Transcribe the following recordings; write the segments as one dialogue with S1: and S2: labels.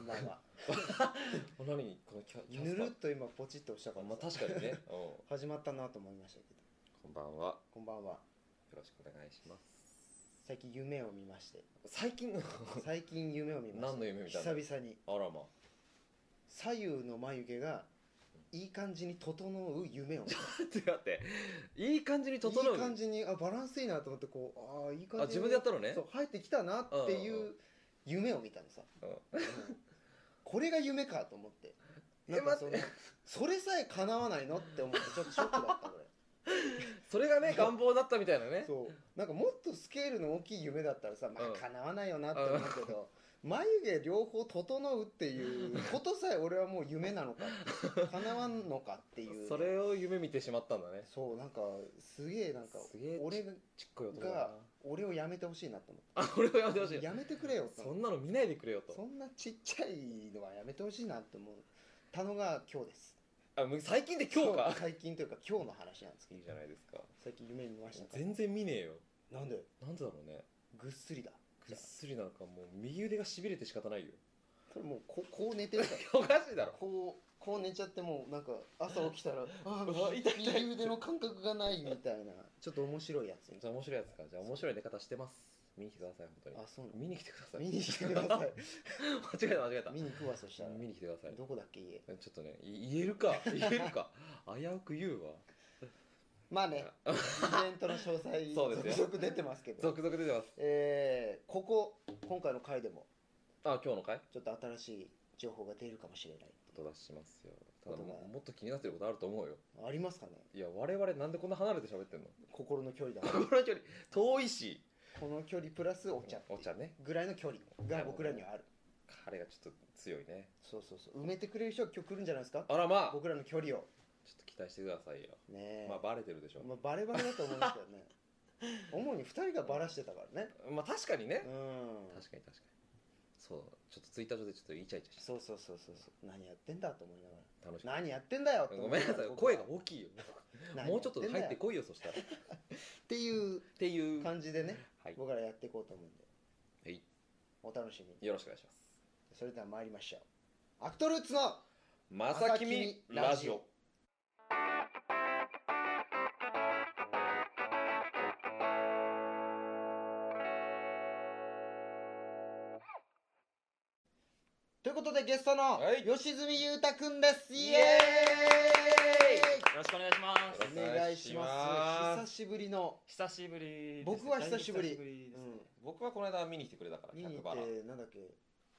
S1: んばんは
S2: 何このキャキャ
S1: ぬ
S2: スタ
S1: るっ
S2: ー
S1: と今ポチッと押したか
S2: まあ
S1: らさ
S2: 確かに ね、うん
S1: 始まったなと思いましたけど
S2: こんばんは。
S1: こんばんは
S2: よろしくお願いします。
S1: 最近夢を見まして
S2: 最近の
S1: 最近夢を見ました
S2: 何の夢見たの
S1: 久々に
S2: あらま。
S1: 左右の眉毛がいい感じに整う夢を見た
S2: 待って待って。いい感じに 整う。
S1: いい感じにあバランスいいなと思ってこうああいい感じに
S2: あ自分でやったのね
S1: そう入ってきたなって
S2: うんう
S1: いう夢を見たのさ、
S2: うん
S1: うんこれが夢かと思って
S2: え
S1: なんかその
S2: 待っ
S1: それさえ叶わないのって思ってちょっとショックだった俺
S2: それがね、願望だったみたいなね。
S1: そうなんかもっとスケールの大きい夢だったらさまあ
S2: うん
S1: 叶わないよなって思うけど、眉毛両方整うっていうことさえ俺はもう夢なのかって叶わんのかっていう
S2: それを夢見てしまったんだね。
S1: そうなんかすげえなんか
S2: すげえ
S1: 俺が
S2: ちっこい男だな
S1: が。俺をやめてほしいなと思って
S2: あ、俺をやめてほしい。
S1: やめてくれよと
S2: そんなの見ないでくれよ
S1: そ
S2: と。
S1: んなちっちゃいのはやめてほしいなって思ったのが今日です
S2: あ、もう最近で今日か。
S1: 最近というか今日の話なんですけ
S2: いい
S1: ど
S2: じゃないですか。
S1: 最近夢見ましたか
S2: 全然見ねえよ。
S1: なんで
S2: なんでだろうね。
S1: ぐっすりだ
S2: ぐっすりなんかもう右腕が痺れて仕方ないよ。
S1: それもうこうこう寝てるか
S2: おかしいだ
S1: ら
S2: ろ。
S1: こうこう寝ちゃってもうなんか朝起きた らあ
S2: わ
S1: あ
S2: 痛い痛い
S1: 右腕の感覚がないみたいなちょっと面白いやつに
S2: じゃあ面白いやつか。じゃあ面白い寝方してます。見に来てください、本当に。
S1: あそうなの
S2: 見に来てください。
S1: 見に来てく だ さい
S2: 間違えた間違えた
S1: 見に行くわそしたら
S2: 見に来てください
S1: どこだっけ家
S2: ちょっとねい言えるか言えるか危うく言うわ
S1: ま あねイベントの詳細
S2: そうですよ
S1: 続々出てますけど
S2: 続々出てます
S1: えーここ今回の回でも
S2: あ今日の回
S1: ちょっと新しい情報が出るかもしれない
S2: お出ししますよただ
S1: ことが
S2: ももっと気になってることあると思うよ
S1: ありますかね
S2: いや我々なんでこんな離れて喋ってんの
S1: 心の距離だ
S2: この距離遠いし
S1: この距離プラスお茶っていう
S2: お茶ね
S1: ぐらいの距離が僕らにはある
S2: 彼がちょっと強いね
S1: そうそうそう埋めてくれる人が今日来るんじゃないですか
S2: あらまあ
S1: 僕らの距離を
S2: ちょっと期待してくださいよ
S1: ねえ
S2: まあバレてるでしょ、
S1: まあバレバレだと思うんですけど ね主に2人がバラしてたからね
S2: まあ確かにね、
S1: うん
S2: 確かに確かにそうちょっとツイッター上でちょっとイチャイチャして
S1: そうそうそうそうそう何やってんだと思いながら
S2: 楽しかっ
S1: 何やってんだよって
S2: た
S1: 思
S2: ごめんなさ
S1: が
S2: い
S1: ら僕は
S2: 声が大きいよ
S1: 何
S2: もうちょっと
S1: やてん
S2: 入っ
S1: だ
S2: て
S1: よ
S2: こいよそしたらっ
S1: っていう
S2: ていう
S1: 感じでね、
S2: はい
S1: 僕らやっていこうと思うんで
S2: はい
S1: お楽しみに
S2: よろしくお願いします
S1: それでは参りましょうアクトルーツの
S2: ま
S1: さきみラジオということでゲストの
S2: はい
S1: 吉住裕太くんです、イ
S2: イ
S1: エ
S2: エ
S1: ーイ
S3: よろしくお願いしま
S2: ー
S3: す
S2: イ
S1: お願いします久しぶりの
S3: 久しぶりです
S1: 僕は久しぶり
S3: だいぶ久しぶりですね
S2: 僕はこの間見に来てくれたから
S1: 見に行
S2: 100バ
S1: っ
S2: ラ
S1: てなんだっけ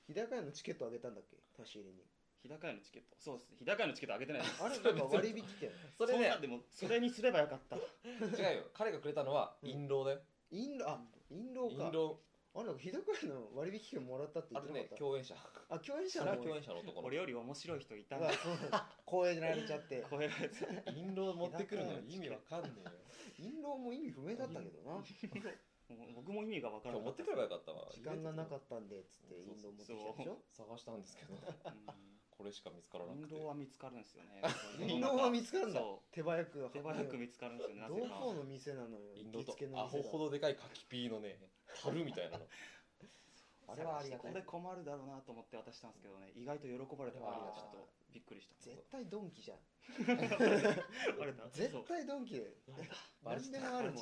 S1: 日高屋のチケットあげたんだっけ差し入れに
S3: 日高屋のチケットそうですね日高屋のチケットあげてないで す
S1: あれなんか割引券
S2: それ
S3: んな
S2: ね
S3: んでもそれにすればよかった
S2: 違うよ彼がくれたのは
S1: うん
S2: 印籠だよ
S1: インロあインロー
S2: 印
S1: か
S2: 籠
S1: あ れなんか日高屋の割引券もらったって言
S2: あ
S1: って
S2: と
S1: な
S2: ね
S1: かった
S2: 共演者
S1: あ共演
S2: そ
S1: 者
S2: れ
S1: の
S2: は共演者の男の
S3: 俺より面白い人いたん
S1: が
S3: だ
S1: そうなんです公園ら れちゃって
S3: こういうやつ
S2: 印籠持ってくるのに意味わかんねえよ
S1: 印籠も意味不明だったけどな
S3: もう僕も意味がわか
S2: 今
S3: ら
S2: 日持
S3: なかっ
S2: って
S3: た
S2: くればよかったわ
S1: 時間がなか
S2: っ
S1: ったんでっつって印籠持ってきたでしょ
S2: た探したんですけど
S3: うん
S2: これしか見つからなく
S3: 運
S2: て
S3: 動は見つかるんですよね
S1: 印籠は見つかるんだ
S3: そ
S1: 手早く
S3: う手早く見つかるんですよねな
S1: ど
S3: ぜ
S1: この
S3: か
S1: 店なのよ
S2: 印籠
S1: 行きつけ
S2: と
S1: の
S2: アホ
S1: 店
S2: ほ
S1: だ
S2: どでかい柿ピーのね樽みたいなの
S1: あれはありがた
S3: これ
S1: い
S3: 困るだろうなと思って渡したんですけどね意外と喜ばれたからちょっとびっくりした
S1: 絶対ドンキじゃん
S3: バレた
S1: 絶対ドンキで
S2: バレち
S1: 何
S2: ゃ
S1: で
S2: った
S1: もあるもの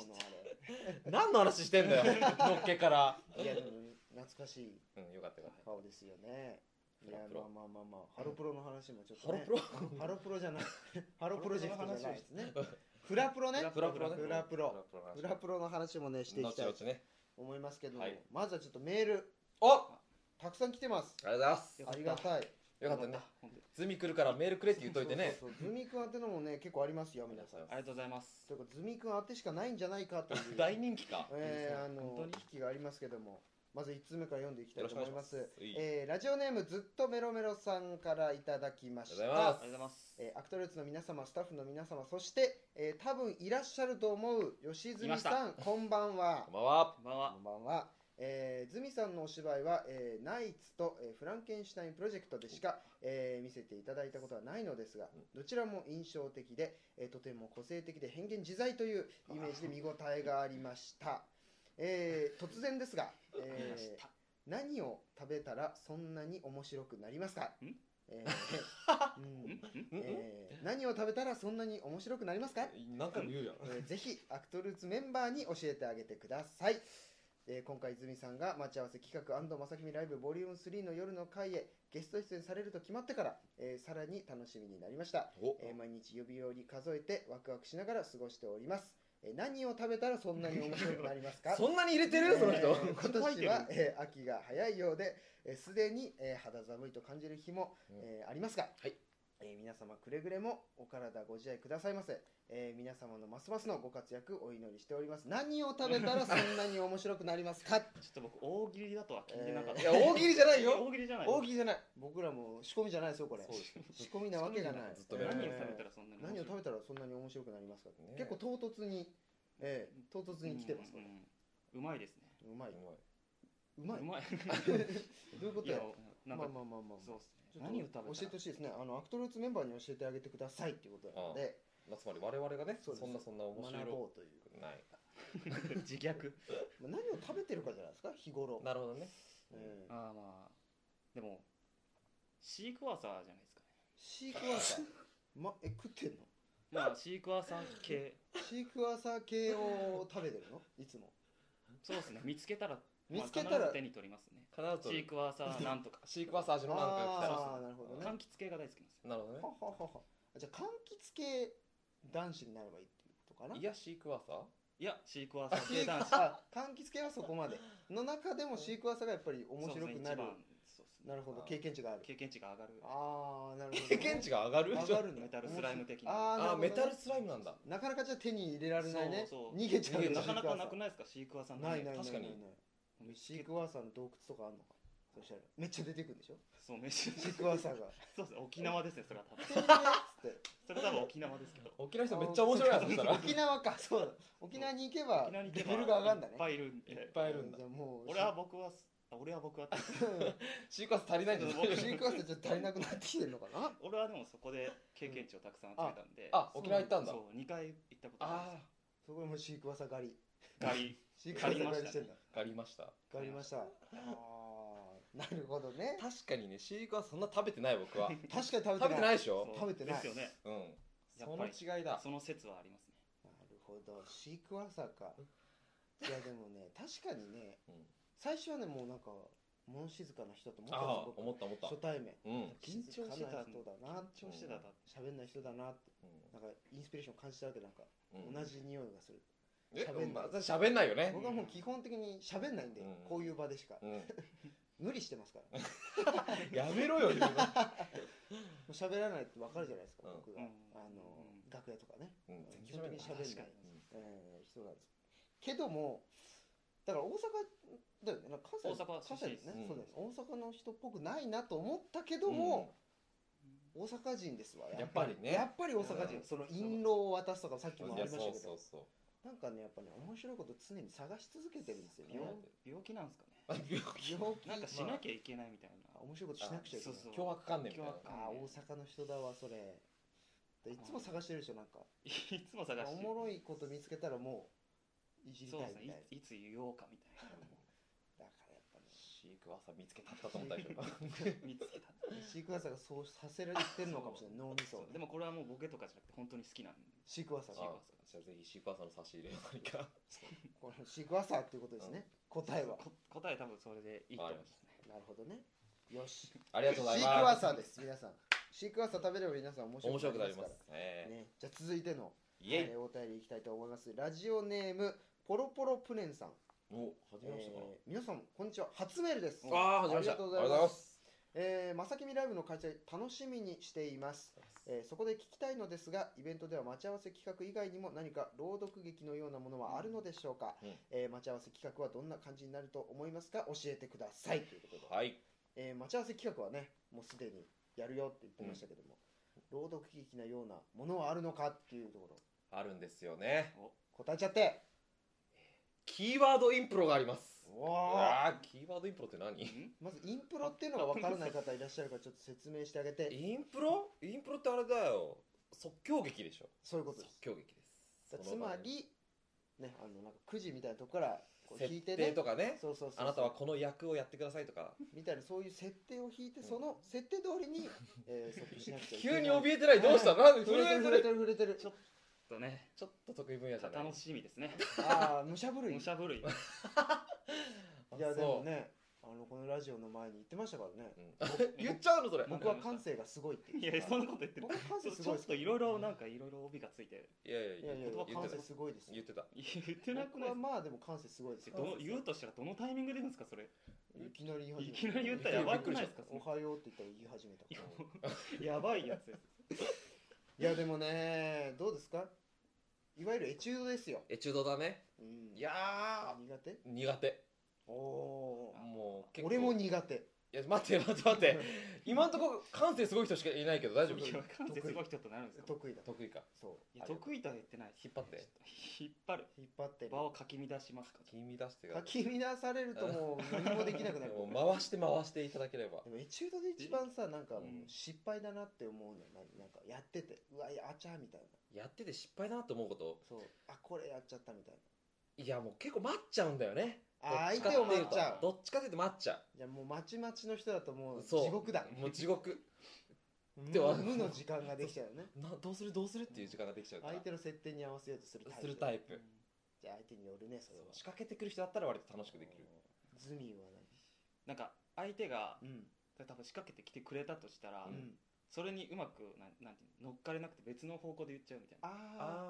S1: あ
S2: 何の話してん だよのっけから
S1: れいやでも懐かしい
S2: うんよかったよかった
S1: 顔ですよねいや
S2: ハロプ
S1: まあ
S2: ロ
S1: まあまあまあハロプロの話もちょっと
S2: ハロ
S1: ね
S2: プロ
S1: ハロプロじゃ ないハロプロジェクトじゃないですねフラプロね
S2: フラプロね
S1: フラプロ
S2: フラ
S1: フラプロの話もねしていき
S2: 後
S1: たい
S2: 々
S1: と
S2: ね
S1: 思いますけども
S2: はい
S1: まずはちょっとメール
S2: おあ
S1: たくさん来てます
S2: りがとうございます
S3: よか
S1: あ
S3: った
S1: りがたい
S2: よかったね
S3: 本当に
S2: ズミ来るからメールくれって言っといてね
S1: そうそうそうズミ君宛てのもね結構ありますよ皆さん
S3: ありがとうございます
S1: というかズミ君宛てしかないんじゃないかとい う
S2: 大人気か
S1: えーあ
S3: 本
S1: の
S3: 当
S1: 引
S3: に
S1: きがありますけどもまず1通目から読んでいきたいと思います
S2: よろしくお願いします
S1: えーラジオネームずっとメロメロさんからいただきまし
S2: ありがとうござ
S1: た
S2: いま
S3: ありがとうございます
S1: えーアクトルーツの皆様スタッフの皆様そして、えー多分いらっしゃると思う吉
S3: い
S1: 住
S3: まし
S1: さんこんばんは
S2: こんばんは
S3: こんばんは
S1: こんばんは。えー、ズミさんのお芝居は、えーナイツと、えーフランケンシュタインプロジェクトでしか、えー見せていただいたことはないのですがどちらも印象的で、えーとても個性的で変幻自在というイメージで見応えがありました、えー突然ですが、
S3: あり
S1: え
S3: まし
S1: ー
S3: た
S1: 何を食べたらそんなに面白くなりますか
S3: ん
S1: えーうん
S2: うん
S1: えー何を食べたらそんなに面白くなりますか、
S2: 何回も言うやん。
S1: えー ぜひアクトルーツメンバーに教えてあげてください、えー今回泉さんが待ち合わせ企画安藤正君ライブボリューム3の夜の会へゲスト出演されると決まってから、えーさらに楽しみになりました、
S2: お
S1: えー毎日指折り数えてワクワクしながら過ごしております、えー何を食べたらそんなに面白くなりますか
S2: そんなに入れてるその
S1: え
S2: 人。
S1: ー今年は、えー秋が早いようです、えー、既に、えー肌寒いと感じる日も、
S2: うん
S1: えーありますが、
S2: はい
S1: えー皆様くれぐれもお体ご自愛くださいませ、えー皆様のますますのご活躍お祈りしております何を食べたらそんなに面白くなります か
S3: ちょっと僕大喜利だとは聞いてなかった、
S1: えー
S2: いや、大喜利じゃないよ。
S3: 大喜利じゃない
S1: 大喜利じゃない僕らも仕込みじゃないですよこれ
S2: そうです
S1: 仕込みなわけがない
S2: 仕込みじゃない
S3: 何
S2: ず
S3: を
S2: っ
S3: 食べた
S1: え
S3: らそんな
S1: ー
S3: に
S1: 何を
S3: 面白い
S1: 食べたらそんなに面白くなりますか、
S2: ね
S1: 結構唐突に、えー唐突に来てますこ
S3: う
S1: れ
S3: ん、うまいですね
S1: うまいう
S2: まいう
S1: まいう
S3: まい
S1: どういうこと
S3: いや
S1: や
S3: な
S1: まあまあ
S3: んか
S1: まあまあまあ
S3: そうです
S1: ちょ
S3: ね
S1: っと
S3: 何を食べたら
S1: 教えてほしいですねあのアクトルーツメンバーに教えてあげてくださいっていうことなので
S2: まあつまり我々がね、
S1: そ
S2: そう
S1: です
S2: んなそんな面白
S1: 学ぼうという
S2: くない。
S3: 自虐
S1: まあ何を食べてるかじゃないですか日頃
S2: なるほどね。
S1: うん
S3: ああまあでもシークワーサーじゃないですかね
S1: シークワー サーまえ食ってんの
S3: まあシークワーサー系
S1: シークワーサー系を食べてるのいつも
S3: そうですね見つけたら
S1: 見つけた
S3: まあ
S1: ら
S3: 必ず手に取りますね
S2: 必ず
S3: シ
S2: 取
S3: ー
S2: る
S3: クワーサーなんとか
S2: シークワーサー味のなんかが来たら。
S1: ああなるほどね
S3: 柑橘系が大好きなんですよ
S2: なるほどね
S1: は。はははあじゃあ柑橘系男子になればいいっていうことかない
S2: や、シークワーサー
S3: いやシークワーサー系男 子
S1: あ柑橘系はそこまでの中でもシークワーサーがやっぱり面白くなる
S3: そうですね一番そうですね
S1: なるほど
S2: あー
S1: 経験値がある
S3: 経験値が上がる
S1: ああなるほどね
S2: 経験値が上がる
S1: 上がるんだ
S3: メタルスライム的
S1: あ
S3: な
S2: あ
S1: なる
S2: あ
S1: ほど
S2: ー、
S1: ね
S2: メタルスライムなんだ。
S1: なかなかじゃあ手に入れられないね
S3: そうそう
S1: 逃げちゃう
S2: 逃げ
S1: ね
S2: ちゃ
S3: な
S2: う
S3: かなかなくないですかシークワーサーの
S1: ないないない
S2: 確かに
S1: ないない
S3: 見つ
S1: シ
S3: け
S1: ークワーサーの洞窟とかあんのかそしたらめっちゃ出てくるんでしょ
S3: そう
S1: シ
S3: 飯
S1: ークワーサーが
S3: そうです沖縄ですねそれは
S1: 「
S3: 多分
S1: てんねーっつって
S3: それ多分沖縄ですけど
S2: 沖縄の人めっちゃ面白いやつそしたら。
S1: 沖縄かそうだ沖縄に行けば
S3: 沖縄に行
S1: レ
S3: けば
S1: ベルが上がるんだね
S3: いっぱいいるん
S2: いっ
S3: で
S2: ぱいいるんだ
S1: じゃ。あもう
S3: 俺は僕はあ俺は僕はって
S2: シークワーサー足りないんじゃ ない
S1: シークワーサーちょっと足りなくなってきてるのかな
S3: 俺はでもそこで経験値をたくさん集めたんで、
S2: あ、沖縄行ったんだ。
S3: そう2回行ったことあ
S2: あ
S1: そこでもうシークワーサー狩り
S3: るんですよ
S1: シークワーサー狩りしてんだ
S2: あ、狩りました。
S1: 狩りましたああなるほどね
S2: 確かにね、シークワーサーそんな食べてない僕は。
S1: 確かに食べてない
S2: 食べてないいでしょ
S3: そう
S1: 食べてない
S3: ですよね
S2: うん。
S3: や
S2: その
S3: っぱり
S2: 違いだ。
S3: その説はありますね
S1: なるほどシークワーサーかいやでもね 確かにね
S2: うん
S1: 最初はねもうなんか物静かな人だと思ったん
S2: ああ、
S1: ですよ
S2: 思った思った
S1: 僕。初対面
S2: うん。うん
S3: 緊張してた
S1: 静かな人だなって
S3: 緊張してただ
S1: 喋んない人だなってなんかインスピレーション感じたわけなんか、
S2: うん
S1: 同じ匂いがする
S2: え
S1: 喋んない
S2: まあ喋んないよね。
S1: 僕はもう基本的に喋んないんで、
S2: うん
S1: こういう場でしか
S2: うん。
S1: 無理してますからも
S2: やめろよ。自分の
S1: う喋らないってわかるじゃないですか、
S2: うん
S1: 僕が、
S3: うん
S1: あの、
S3: うん
S1: 楽屋とかね、
S2: うん
S1: 基
S2: 全
S1: 本
S2: 然
S1: 的に
S2: 喋んない。
S1: 喋んない
S3: 確か、
S1: えー人なんですけどもだから大阪だよねなんか関西
S3: 大阪
S1: 関西ですね、
S2: 出身です
S1: そうだよね大阪の人っぽくないなと思ったけども、大阪人ですわ
S2: やっぱりね
S1: やっぱり大阪人、
S2: うん
S1: その印籠を渡すとかさっき
S2: うん
S1: もあ
S2: いや
S1: りま
S2: そ
S1: した
S2: う
S1: けど
S2: そうそう。
S1: なんかねやっぱね面白いこと常に探し続けてるんですよね
S3: 病病気なんですかね
S2: あ病気
S1: 病気
S3: なんかしなきゃいけないみたい
S1: あ
S3: な、
S1: 面白いことしなくちゃいけない
S3: あそうそう
S2: 脅迫観念みたいな
S3: 脅迫。観
S1: あー大阪の人だわそれでいつも探してるでしょなんか
S3: いつも探して
S1: おもろいこと見つけたらもういじりた
S3: そう
S1: いみ
S3: です
S1: たいな
S3: ね
S1: だか
S3: いいつ言おうかみたい
S1: らやっぱね
S2: シークワーサー見つけたったと思ったでしょ。
S3: な見つけた
S1: シークワーサーがそうさせられてるのかもしれない脳みそを
S3: そうでもこれはもうボケとかじゃなくて本当に好きなんで
S1: シークワーサーが
S2: あじゃあぜひシークワーサーの差し入れを何か。
S1: このシークワーサーっていうことですね答えは
S3: こ答え多分それでいいと思いますね
S1: なるほどねよしシ
S2: ありが
S1: ー
S2: とう
S1: ク
S2: ございます。
S1: ワー サーです皆さんシークワーサー食べれば皆さん面
S2: 面
S1: 白
S2: 白
S1: く
S2: く
S1: な
S2: な
S1: り
S2: り
S1: ま
S2: ますす
S1: か。
S2: え
S1: ら
S2: え
S1: ねじゃあ続いての
S2: イエイ
S1: え。ーお便りいきたいと思いますラジオネームポロポロプネンさん
S2: お、始めましたか
S1: えー皆さんこんにちは初メールです
S2: ら。ああ、始めました。
S1: ありがとうございます
S2: す。
S1: えーまさきみライブの開催楽しみにしています、えーそこで聞きたいのですがイベントでは待ち合わせ企画以外にも何か朗読劇のようなものはあるのでしょうか、
S2: うん
S1: えー待ち合わせ企画はどんな感じになると思いますか教えてくださいということで、
S2: はい。
S1: えー待ち合わせ企画はねもうすでにやるよって言ってましたけども、朗読劇のようなものはあるのかっていうところ
S2: あるんですよね。
S1: 答えちゃって
S2: キーワードインプロがあります。
S1: お
S2: ああ、キーワードインプロって何？
S3: ん
S1: まずインプロっていうのが分からない方いらっしゃるからちょっと説明してあげ て
S2: インプロインプロってあれだよ即興劇でしょ
S1: そういうこと
S2: 即
S1: です
S2: 興劇です
S1: つまり、ね、あのなんかくじみたいなとこからこう引い
S2: 設
S1: て
S2: 定
S1: ね
S2: とかね
S1: そうそうそうそう
S2: あなたはこの役をやってくださいとか
S1: みたいなそういう設定を引いて
S2: うん
S1: その設定通りに、え ー、即しなくちゃいけな
S2: 急
S1: い
S2: に怯えてないど うしたなんで
S1: 触れてる触
S2: 震えて
S1: れ
S2: る
S1: てる触れてる
S3: ちょっとね
S2: ちょっと得意分野じゃない
S3: 楽しみですね
S1: ああ武者震い
S3: 武者震い
S2: あ
S1: いやで
S2: そ
S1: も
S2: う
S1: ねあのこのラジオの前に言ってましたからね
S2: うん 言っちゃうのそれ
S3: なん
S1: 僕
S3: か
S1: は感性がすごいって
S3: いやそんなこと言ってない
S1: 僕は感性す
S3: ち
S1: ごい
S3: ょっ
S1: です
S3: といろいろなんかいろいろ帯がついて
S2: いやいや
S1: いやいや
S3: 言葉
S1: 感
S2: 言
S1: 性
S2: って
S1: すごいです
S2: た言
S1: よ
S2: ってた
S3: 言ってなく
S1: 僕
S3: ない
S1: は
S3: ですか
S1: まあでも感性すごいですよ
S3: どの言うとしたらどのタイミングで言うんですか それ
S1: いきなり言い始め
S3: いきなり言ったらやばくないですか
S1: おはようって言ったら言い始めたい
S3: それやばいやつです
S1: やでもねどうですかいわゆるエチュードですよ、
S2: エチュードだね
S1: うん、
S2: いや
S1: 苦手
S2: ー苦手
S1: お おー
S2: もう結構
S1: 俺も
S2: い
S1: 苦手
S2: や待って待って待って今のところ感性すごい人しかいないけど大丈
S1: そうそ
S2: 夫
S1: う
S3: 感性すごい人となるんですか
S1: 得意だ
S2: 得意か
S1: そ
S3: いや得意とは言ってない
S2: 引っ張って
S3: 引っ張る
S1: う引っ張ってる
S3: 場をかき乱しますか
S2: 君出してくだ
S1: か
S2: さい
S1: き乱されるともう何もできなくなる
S2: もう回して回していただければ
S1: でもエチュードで一番さなんかもう
S3: うん
S1: 失敗だなって思うのは何なんかやっててうわあちゃーみたいな
S2: やってて失敗だなと思うこと
S1: そうあこれやっちゃったみたい
S2: いやもう結構待っちゃうんだよね
S1: なあー
S2: どっちか
S1: 相手を待っちゃう
S2: どっちかというと待っちゃ
S1: じゃあもうまちまちの人だとも
S2: う
S1: う
S2: そう
S1: 地獄だ
S2: もう地獄
S1: 無
S2: では
S1: 無の時間ができちゃうよね
S2: などうするどうするっていう時間ができちゃうから
S1: 相手の設定に合わせようとするタイプ
S2: するタイプ、
S1: じゃあ相手によるねそ
S2: そう
S1: れは
S2: 仕掛けてくる人だったら割と楽しくできる
S1: ズミンは
S3: なんか相手が
S1: 何
S3: 多分仕掛けてきてくれたとしたら、
S1: うん、うん、
S3: それにうまくなんなんていうの乗っかれなくて別の方向で言っちゃうみたいな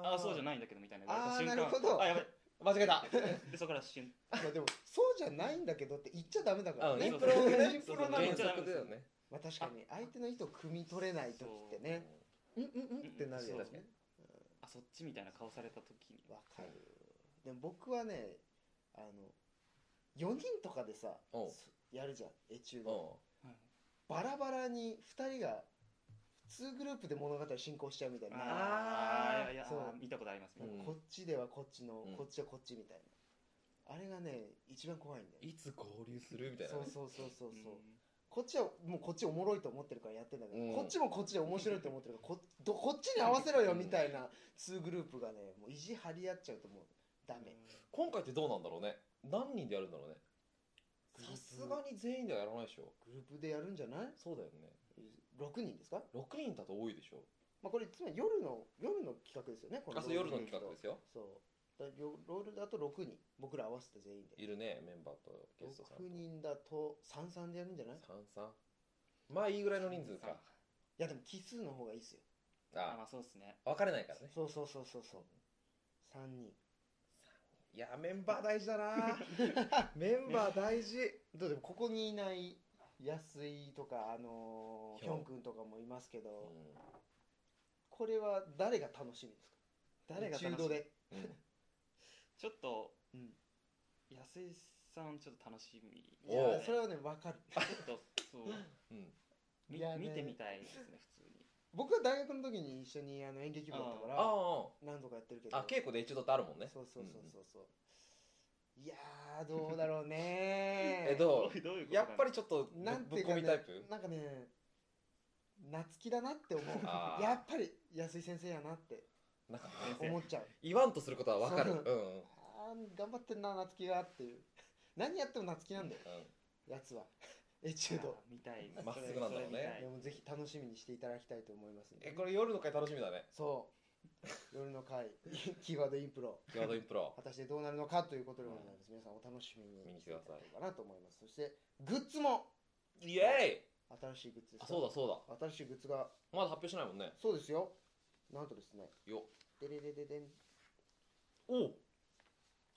S1: あ
S3: ああそうじゃ
S2: ない
S3: ないんだけどみたいな
S1: あー
S3: 言
S1: な
S3: われ
S1: る
S3: た
S1: ほ
S3: 瞬
S1: ど
S3: 間あやば い
S2: 間違えた
S3: でそこから瞬
S1: あまあでもそうじゃないんだけどって言っちゃダメだから
S2: うん
S1: ね
S2: そう
S1: プ
S2: そう
S1: ロ
S2: そう
S1: ね
S3: そ
S1: プ
S3: う
S1: ロなの
S2: 原
S1: に
S2: 則だよね
S1: まあ確かに相手の意図を汲み取れない時ってねうんうんうんってなるよ
S2: そ
S1: ね
S2: う確かに
S3: あそっちみたいな顔された時に
S1: わかるでも僕はねあの4人とかでさ
S2: おう
S1: すやるじゃんエチュー
S2: う
S1: ド
S2: ん
S1: バラバラに2人が2グループで物語進行しちゃうみたいな
S2: あー
S3: ーいやいや
S1: そう
S3: あー見たことありますね、
S2: うん
S1: こっちではこっちの
S2: うん
S1: こっちはこっちみたいなあれがね一番怖いんだよ
S2: いつ合流するみたいな
S1: そ
S2: ね
S1: うそうそうそう
S3: うん
S1: そうこっちはもうこっちおもろいと思ってるからやってんだけど、
S2: うん
S1: こっちもこっちで面白いと思ってるからこどこっちに合わせろよみたいな2グループがねもう意地張り合っちゃうともうダメ
S2: 今回ってどうなんだろうね何人でやるんだろうね
S1: グルー
S2: さ
S1: プ
S2: すがに全員ではやらないでしょ
S1: グループでやるんじゃない
S2: そうだよね
S1: 6人ですか、
S2: 6人だと多いでしょ
S1: まあ、これつまり夜の夜の企画ですよねこ
S2: あそう夜の企画ですすよ
S1: そうだよロールだと6人僕ら合わせて全員で
S2: いるねメンバーとゲストさん
S1: 6人だと33でやるんじゃないい
S2: 三三まあいいぐらいの人数か
S1: やでも奇数の方がいいですよ
S3: あま
S2: あ
S3: あそうですね
S2: 分かれないからね
S1: そうそうそうそうそう3人
S2: いやメンバー大事だなメンバー大事
S1: どうでもここにいない安井とかあのー
S2: ヒ
S1: ヒ
S2: ョン
S1: ョン君とかもいますけど、
S2: うん
S1: これは誰が楽しみですか誰が
S3: 中
S1: 楽
S3: 道
S1: しみ
S3: で
S2: うん
S3: ちょっと
S1: うん
S3: 安井さんちょっと楽しみ
S1: い
S2: お
S1: や
S2: う
S1: それはね分かる
S3: ちょっとそう
S2: うん
S3: み
S1: いやね
S3: 見てみたいですね普通に
S1: 僕は大学の時に一緒にあの演劇部だったか
S2: あ
S1: ら
S2: あ
S1: 何度かやってるけど
S2: ああ稽古で一度ってあるもんね
S1: そうそうそう
S2: うん
S1: そうそう、いやーどうだろうね
S2: えど
S3: どういう
S2: うやっぱ
S3: り
S2: りちょっとぶ
S1: なんて
S2: ぶ
S1: い
S2: っ
S1: うか、
S2: 込
S1: ね、
S2: みタイプ
S1: なんかね夏希だなって思
S2: あ
S1: う
S2: ー
S1: やっぱり安井先生やなって
S2: なんか
S1: 思っちゃう
S2: 言わんとすることは分かる
S1: そう
S2: うん
S1: あー頑張ってんな夏希がっていう 何やっても夏希なんだよ
S2: う
S1: やつは エチュード
S3: 見たい
S2: まっすぐなんだろうね
S1: いやもうぜひ楽しみにしていただきたいと思いますん
S2: ん
S1: で
S2: えこれ夜の会楽しみだね
S1: そう 夜の会キーワードインプロ
S2: ガードインプロ
S1: 果たしてどうなるのかということでございます、皆さんお楽しみに
S2: 見に来
S1: しててい
S2: く
S1: ただ
S2: ださい
S1: ければなと思いますそしてグッズも
S2: イエ
S1: 新しいグッズ
S2: ーイあそうだそうだ
S1: だ新しいグッズが
S2: まだ発表しないもんね
S1: そうですよなんとですね
S2: よ
S1: デレレレデン
S2: お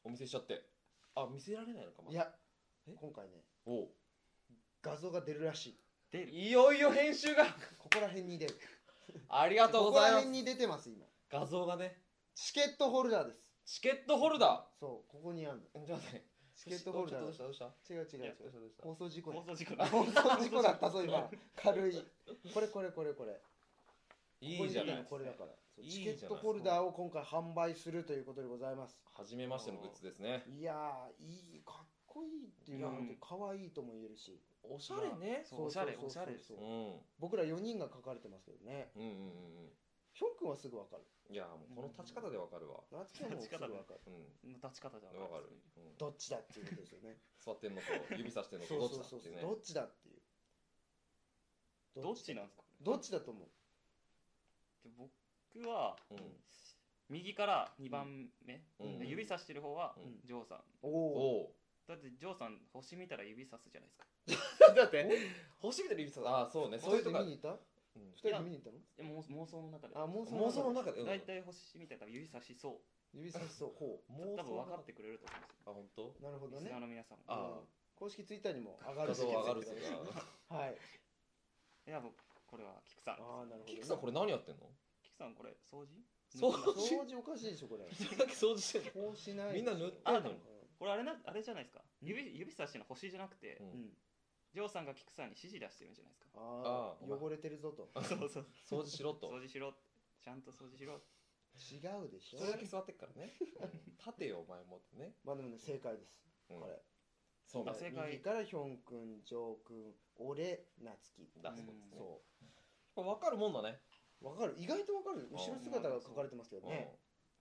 S2: お見せしちゃってあ見せられないのかまだ
S1: いや
S2: え
S1: 今回ね
S2: お
S1: 画像が出るらしい
S3: 出る
S2: いよいよ編集が
S1: ここら辺に出る
S2: ありがとうござい
S1: ここら
S2: ます
S1: 辺に出てます今
S2: 画像がね
S1: チケットホルダーです
S2: チケットホルダ
S1: そうここにあるの
S2: ーじゃあね
S1: チケットホルダー
S2: ど
S1: 違
S2: うしたどうしたど
S1: う違う違
S3: いや
S1: う
S2: うしたどうしたど
S1: 放
S2: うし
S1: 送事故だ
S3: 放送事故
S1: 放送事故だったぞ今 軽いこれこれこれこれ
S2: たいいじゃな
S1: ここに出たの
S2: い
S1: これだからそう
S2: いい
S1: チ
S2: じゃ
S1: ケ
S2: ない
S1: ットホルダーを今回販売するということでございます
S2: 初めましてのグッズですね
S1: いやーいいかっこいいっていうのも
S3: いや
S1: 可愛いとも言えるし
S2: おしゃれね
S3: そうおしゃれ
S1: そうそうそうそう
S3: おしゃれです
S2: う
S3: よ
S2: んうん
S1: 僕ら4人が書かれてますけどね
S2: うんうんうん
S1: ヒョン君はすぐ分かる
S2: いやもうこの立ち方でわかるわ
S1: 夏樹はもうすぐ分かる
S2: うん
S3: 立ち方じゃ
S2: わかる、う ん
S1: どっちだっていうことですよね
S2: 座ってんのと指さしてんの
S1: そ
S2: と
S1: う
S2: ど
S1: そう
S2: っちだ
S1: そう
S2: っていうね
S1: どっちだっていう
S3: どっちなんですか
S1: どっちだと思う
S3: で僕は、
S2: うん
S3: 右から2番目、
S2: うん
S3: で指さしてる方は、
S2: うん
S3: ジョーさん
S1: おお
S2: おお
S3: だってジョーさん星見たら指さすじゃないですか
S2: だって星みたいな指さああーそうねそういうと
S1: 見
S2: か
S1: に行った
S2: うん
S1: 二人で見に行っ
S3: でも妄想の中で
S1: たのあ妄想
S2: 妄想の中でうん
S3: 大体星見たら指さしそ
S1: 指さしそうこ
S3: う
S2: 妄
S3: 多
S2: 想の
S3: 分分
S2: 中
S3: かってくれると思うんです
S2: あ
S3: よ
S2: 本当
S1: うなるほど
S3: リ
S1: ね
S3: スナーの皆さんも
S2: あ
S1: うん公式ツイッターにも上が
S2: 画
S1: る
S2: 像上がるとか
S1: はい
S3: いやもうこれは菊さん
S1: ああなるほど、ね、
S2: キクさんこれ何やってんの
S3: 菊さんこれ掃除
S2: そう
S3: 塗ってます
S1: 掃除おかしいでしょこれ
S2: それだけ掃除してんの
S1: こうしない
S2: みんな塗って
S1: あ
S2: ん
S3: あで
S2: の
S3: もこれあれなあれじゃないですか指指さしての星じゃなくて、
S2: う
S1: うんん
S3: ジョーさんが菊さんに指示出してるんじゃないですか
S1: あ
S2: あ
S1: ー汚れてるぞと
S2: あ
S3: そうそう
S2: 掃除しろと
S3: 掃除しろちゃんと掃除しろ
S1: 違うでしょ
S2: それだけ座ってっからねうん立てよお前もってね
S1: まあでもね正解です
S2: うん
S1: これ
S2: そうね
S3: あ正解
S1: 右からヒョン君ジョー君俺夏樹
S2: だそうですね
S1: そう
S2: これ分かるもんだね
S1: わかる意外とわかる
S2: あー
S1: 後ろ姿が書かれてますけどね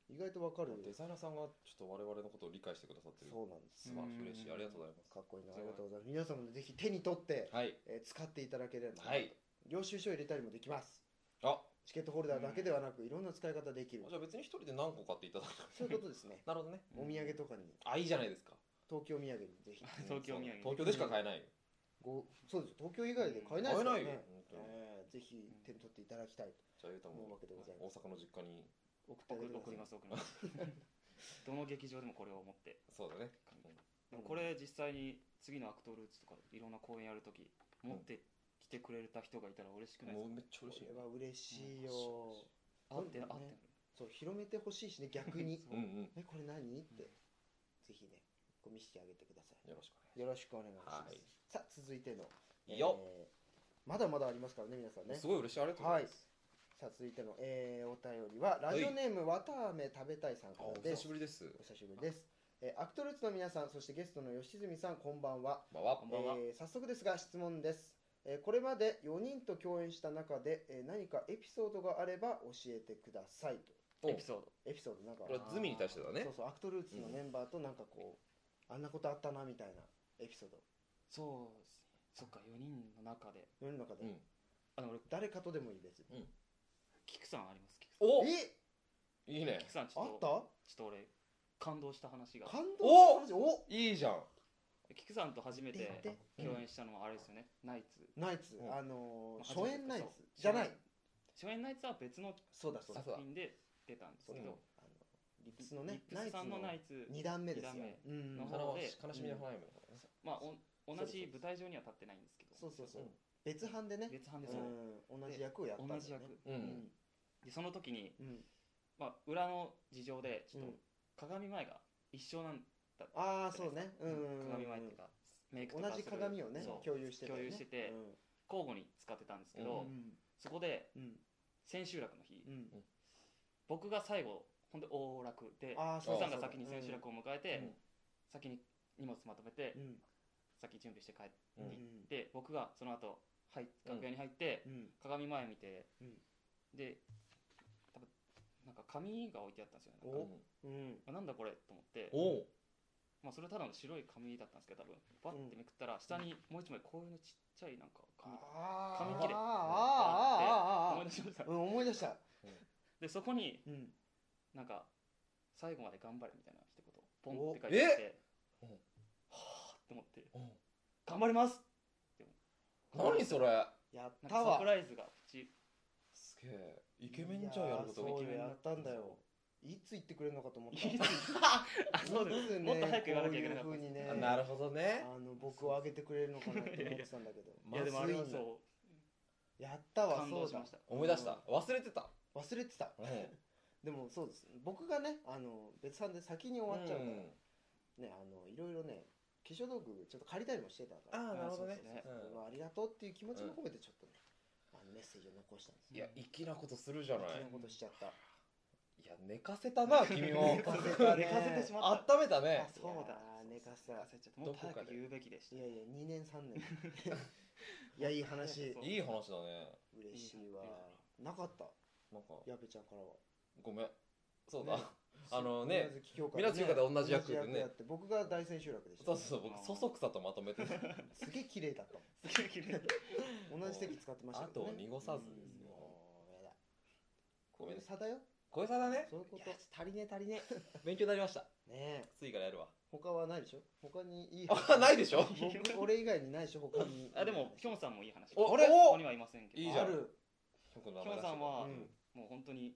S1: 意外とわかる
S2: うんデザイナーさんがちょっと我々のことを理解してくださってる
S1: そうなんです
S2: 素晴らしい嬉しいありがとうございます
S1: かっこいいなありがとうございます皆さんもねぜひ手に取って、
S2: はい
S1: えー使っていただければな
S2: はい
S1: 領収書入れたりもできます
S2: あ
S1: チケットホルダーだけではなくいろんな使い方できる
S2: じゃあ別に一人で何個買っていただく
S1: そういうことですね
S2: なるほどね
S1: お土産とかに
S2: あいいじゃないですか
S1: 東京土産にぜひ
S3: 東京土産
S2: うん東京でしか買えないよ
S1: ごそうですよ東京以外で買えないですか
S2: 買え
S1: ら
S2: ない
S1: ね
S2: よ本当に
S1: えーぜひ手に取っていただきたい
S2: じゃあゆうたも
S1: 思うわけでござい
S2: 大
S1: ま
S2: 阪の実家に
S1: 送ってあげて
S3: 送
S1: くだ
S3: 送
S1: さい
S3: ります送りますどの劇場でもこれを持って
S2: そうだね
S3: でもこれ実際に次のアクトルーツとかいろんな公演やるとき持ってきてくれた人がいたら嬉しくないで
S2: も
S3: す
S2: うめっちゃ嬉しい
S1: これは嬉しいよ
S3: かあってあって
S1: ねそう広めてほしいしね逆 に
S2: うんうん
S1: えこれ何ってぜひねこう見せてあげてくださ
S2: よろしくお願いし
S1: いよろしくお願いします
S2: はい
S1: さあ続いての
S2: ますよ
S1: えーまだまだありますからね皆さん
S2: っ
S1: ね
S2: すごい嬉しいありがとうございます
S1: さあ続いての、えーお便りはラジオネームわたあめ食べたいさんか
S2: あお
S1: ら
S2: 久
S1: です
S2: しぶりです
S1: お久しぶりです、えーアクトルーツの皆さんそしてゲストの吉住さんこんばんは
S2: まあわ
S3: こんばんは
S1: えー早速ですが質問です、えーこれまで4人と共演した中で、えー何かエピソードがあれば教えてくださいと
S2: お
S3: エピソード
S1: エピソードなんか
S2: これはズミに対してだね
S1: そうそうアクトルーツのメンバーとなんかこう、あんなことあったなみたいなエピソー
S3: そうですねそっか4人の中で
S1: ド世の中で、
S2: うん
S3: あでも俺
S1: 誰かとでもいいです、
S3: 菊さんあります菊さん
S2: おい
S1: え
S2: いね
S3: 菊さんち
S1: あ
S3: ょ
S1: っ
S3: っと
S1: た
S3: ちょっと俺感動した話が
S1: 感動した話お
S2: いいじゃん
S3: 菊さんと初め
S1: 言
S3: て
S1: って
S3: 共演したのはあれですよねナイツ
S1: ナイツ、
S2: うん
S1: あのー
S3: まあ
S1: 初演ナイツ
S3: そう
S1: じゃない
S3: 初演ナイツは別の
S1: そうだそうだ
S2: あそうだ
S3: 作品で出たんです
S1: そう
S3: け
S1: だ
S2: ん
S3: ど
S1: あのリップスのね
S3: リップスさんのナイツ
S1: 2段目ですよ
S3: 二段、
S1: うん
S3: の
S2: あ
S3: 方
S2: の
S3: で
S2: 悲しみの花嫁の方ね
S3: まあお
S1: そ
S3: 同
S1: うですそう
S3: じ
S1: です
S3: 舞台上には立ってないんですけど
S1: そうそうそう、
S2: うん
S1: 別班でね
S3: 別班でそう
S1: うん、同じ役をやったんだ
S3: 同
S1: よね
S3: じ役
S2: う
S1: うんん
S3: でその時に
S1: うん
S3: まあ裏の事情でちょっ
S1: う
S3: と
S1: ん
S3: 鏡前が一緒なん
S1: ああそうねうん
S3: 鏡前っていうかメイクとか
S1: 同じ
S3: する
S1: 鏡をね
S3: そう
S1: 共有してたよね
S3: 共有してて交互に使ってたんですけ
S1: うん
S3: どそこで
S1: うん
S3: 千秋楽の日
S1: うんうん
S3: 僕が最後ほんで大楽で
S1: ああ
S3: 菊
S2: そうだ
S3: さんが先に千秋楽を迎え
S2: う
S3: て
S2: ん
S3: 先に荷物まとめて
S1: うん
S3: 先準備して帰っ
S1: う
S2: う
S1: ん
S2: ん
S3: て僕がその後入っ
S2: うん
S3: 楽屋に入って
S1: うん
S3: 鏡前見て
S1: うん
S3: で多分なんか紙が置いてあったんですよねなんか
S1: おうん
S3: あなんだこれと思って
S2: おお
S3: まあ、それただの白い紙だったんですけど多分バッてめくったら下にもう一枚こういうのちっちゃいなんか紙が
S1: あー
S3: 紙切れ
S1: あーあーあーあー
S3: 思
S1: あ
S3: い出しました
S1: ーうん思い出した
S3: でそこに
S1: うん
S3: なんか最後まで頑張れみたいな一言ポンって書いてあって
S2: おえ
S3: はあって思って頑張ります
S2: 何それ
S1: やっ
S3: なん
S1: た
S3: かサ
S1: わ
S3: プライズがプチ
S2: すげえイケメンじゃんやること
S1: いやーそう
S2: が
S3: イケメ
S1: よ
S3: ンだ
S1: やったんだよいつ言ってくれるのかと思った
S3: いいです あそうです
S1: す
S3: もっと早く言わなきゃいけなかった
S1: こう
S3: で
S1: いうふう
S3: す
S1: にね
S2: あなるほどね
S1: あの僕をあげてくれるのかなと思ってたんだけど
S3: いやでもあれは
S1: まずいな
S3: そ
S1: やった
S3: う
S1: わ
S3: 感動しまし
S1: そ
S3: た
S2: 思い出した忘れてた
S1: うだ忘れてた
S2: うん
S1: でもそうです僕がねあの別班で先に終わっちゃうから、ねあのいろいろね化粧道具ちょっと借りたりもしてたか
S2: あ
S1: ら
S2: あなるほどね
S3: そうですね
S1: それ
S2: うん
S1: はありがとうっていう気持ちも込めてちょっとね、あのメッセージを残したんです
S2: いや粋なことするじゃない
S1: 粋なことしちゃった
S2: いや寝かせたな君を
S1: 寝かせたね
S3: 寝かせてしまった
S2: 温めたね
S3: そうだ
S1: いやー寝かせた
S3: 忘れちゃったもっと
S2: ど
S3: 早
S2: こ
S3: く
S2: かで
S3: 言うべきでした
S1: いやいや2年3年 いやいい話
S3: そう
S2: いい話だね
S1: 嬉しいわ
S3: いい話
S1: なかった
S2: なんか
S1: 矢部ちゃんからは
S2: ごめんそうだ、
S1: ね
S2: あのね
S1: 水無月京
S2: 水無月京香と同じ役でね
S1: 同やって僕が大千秋楽でした
S2: そうそうそう僕そそくさとまとめてる
S1: すげえ綺麗だった
S3: すげえ綺麗
S1: 同じ席使ってました
S2: あ
S1: け
S2: と
S1: ど
S2: を
S1: ね
S2: 濁さずですよ
S1: もうやだ
S2: ごめんね
S1: 差だよ
S2: 小江さんだね
S1: そういうこ
S2: いや
S1: と足りねえ足りね
S2: 勉強になりました
S1: えねえ
S2: 次からやるわ
S1: 他はないでしょ他にいい
S2: あないでしょ
S1: 僕俺以外にないでしょ他に
S3: あでもヒョンさんもいい話
S2: お
S3: こ
S2: あれ
S3: こにはいませんけど
S2: いいじゃん
S1: ある
S2: ヒョン
S3: ヒョンさんは、
S1: うん
S3: もう本当に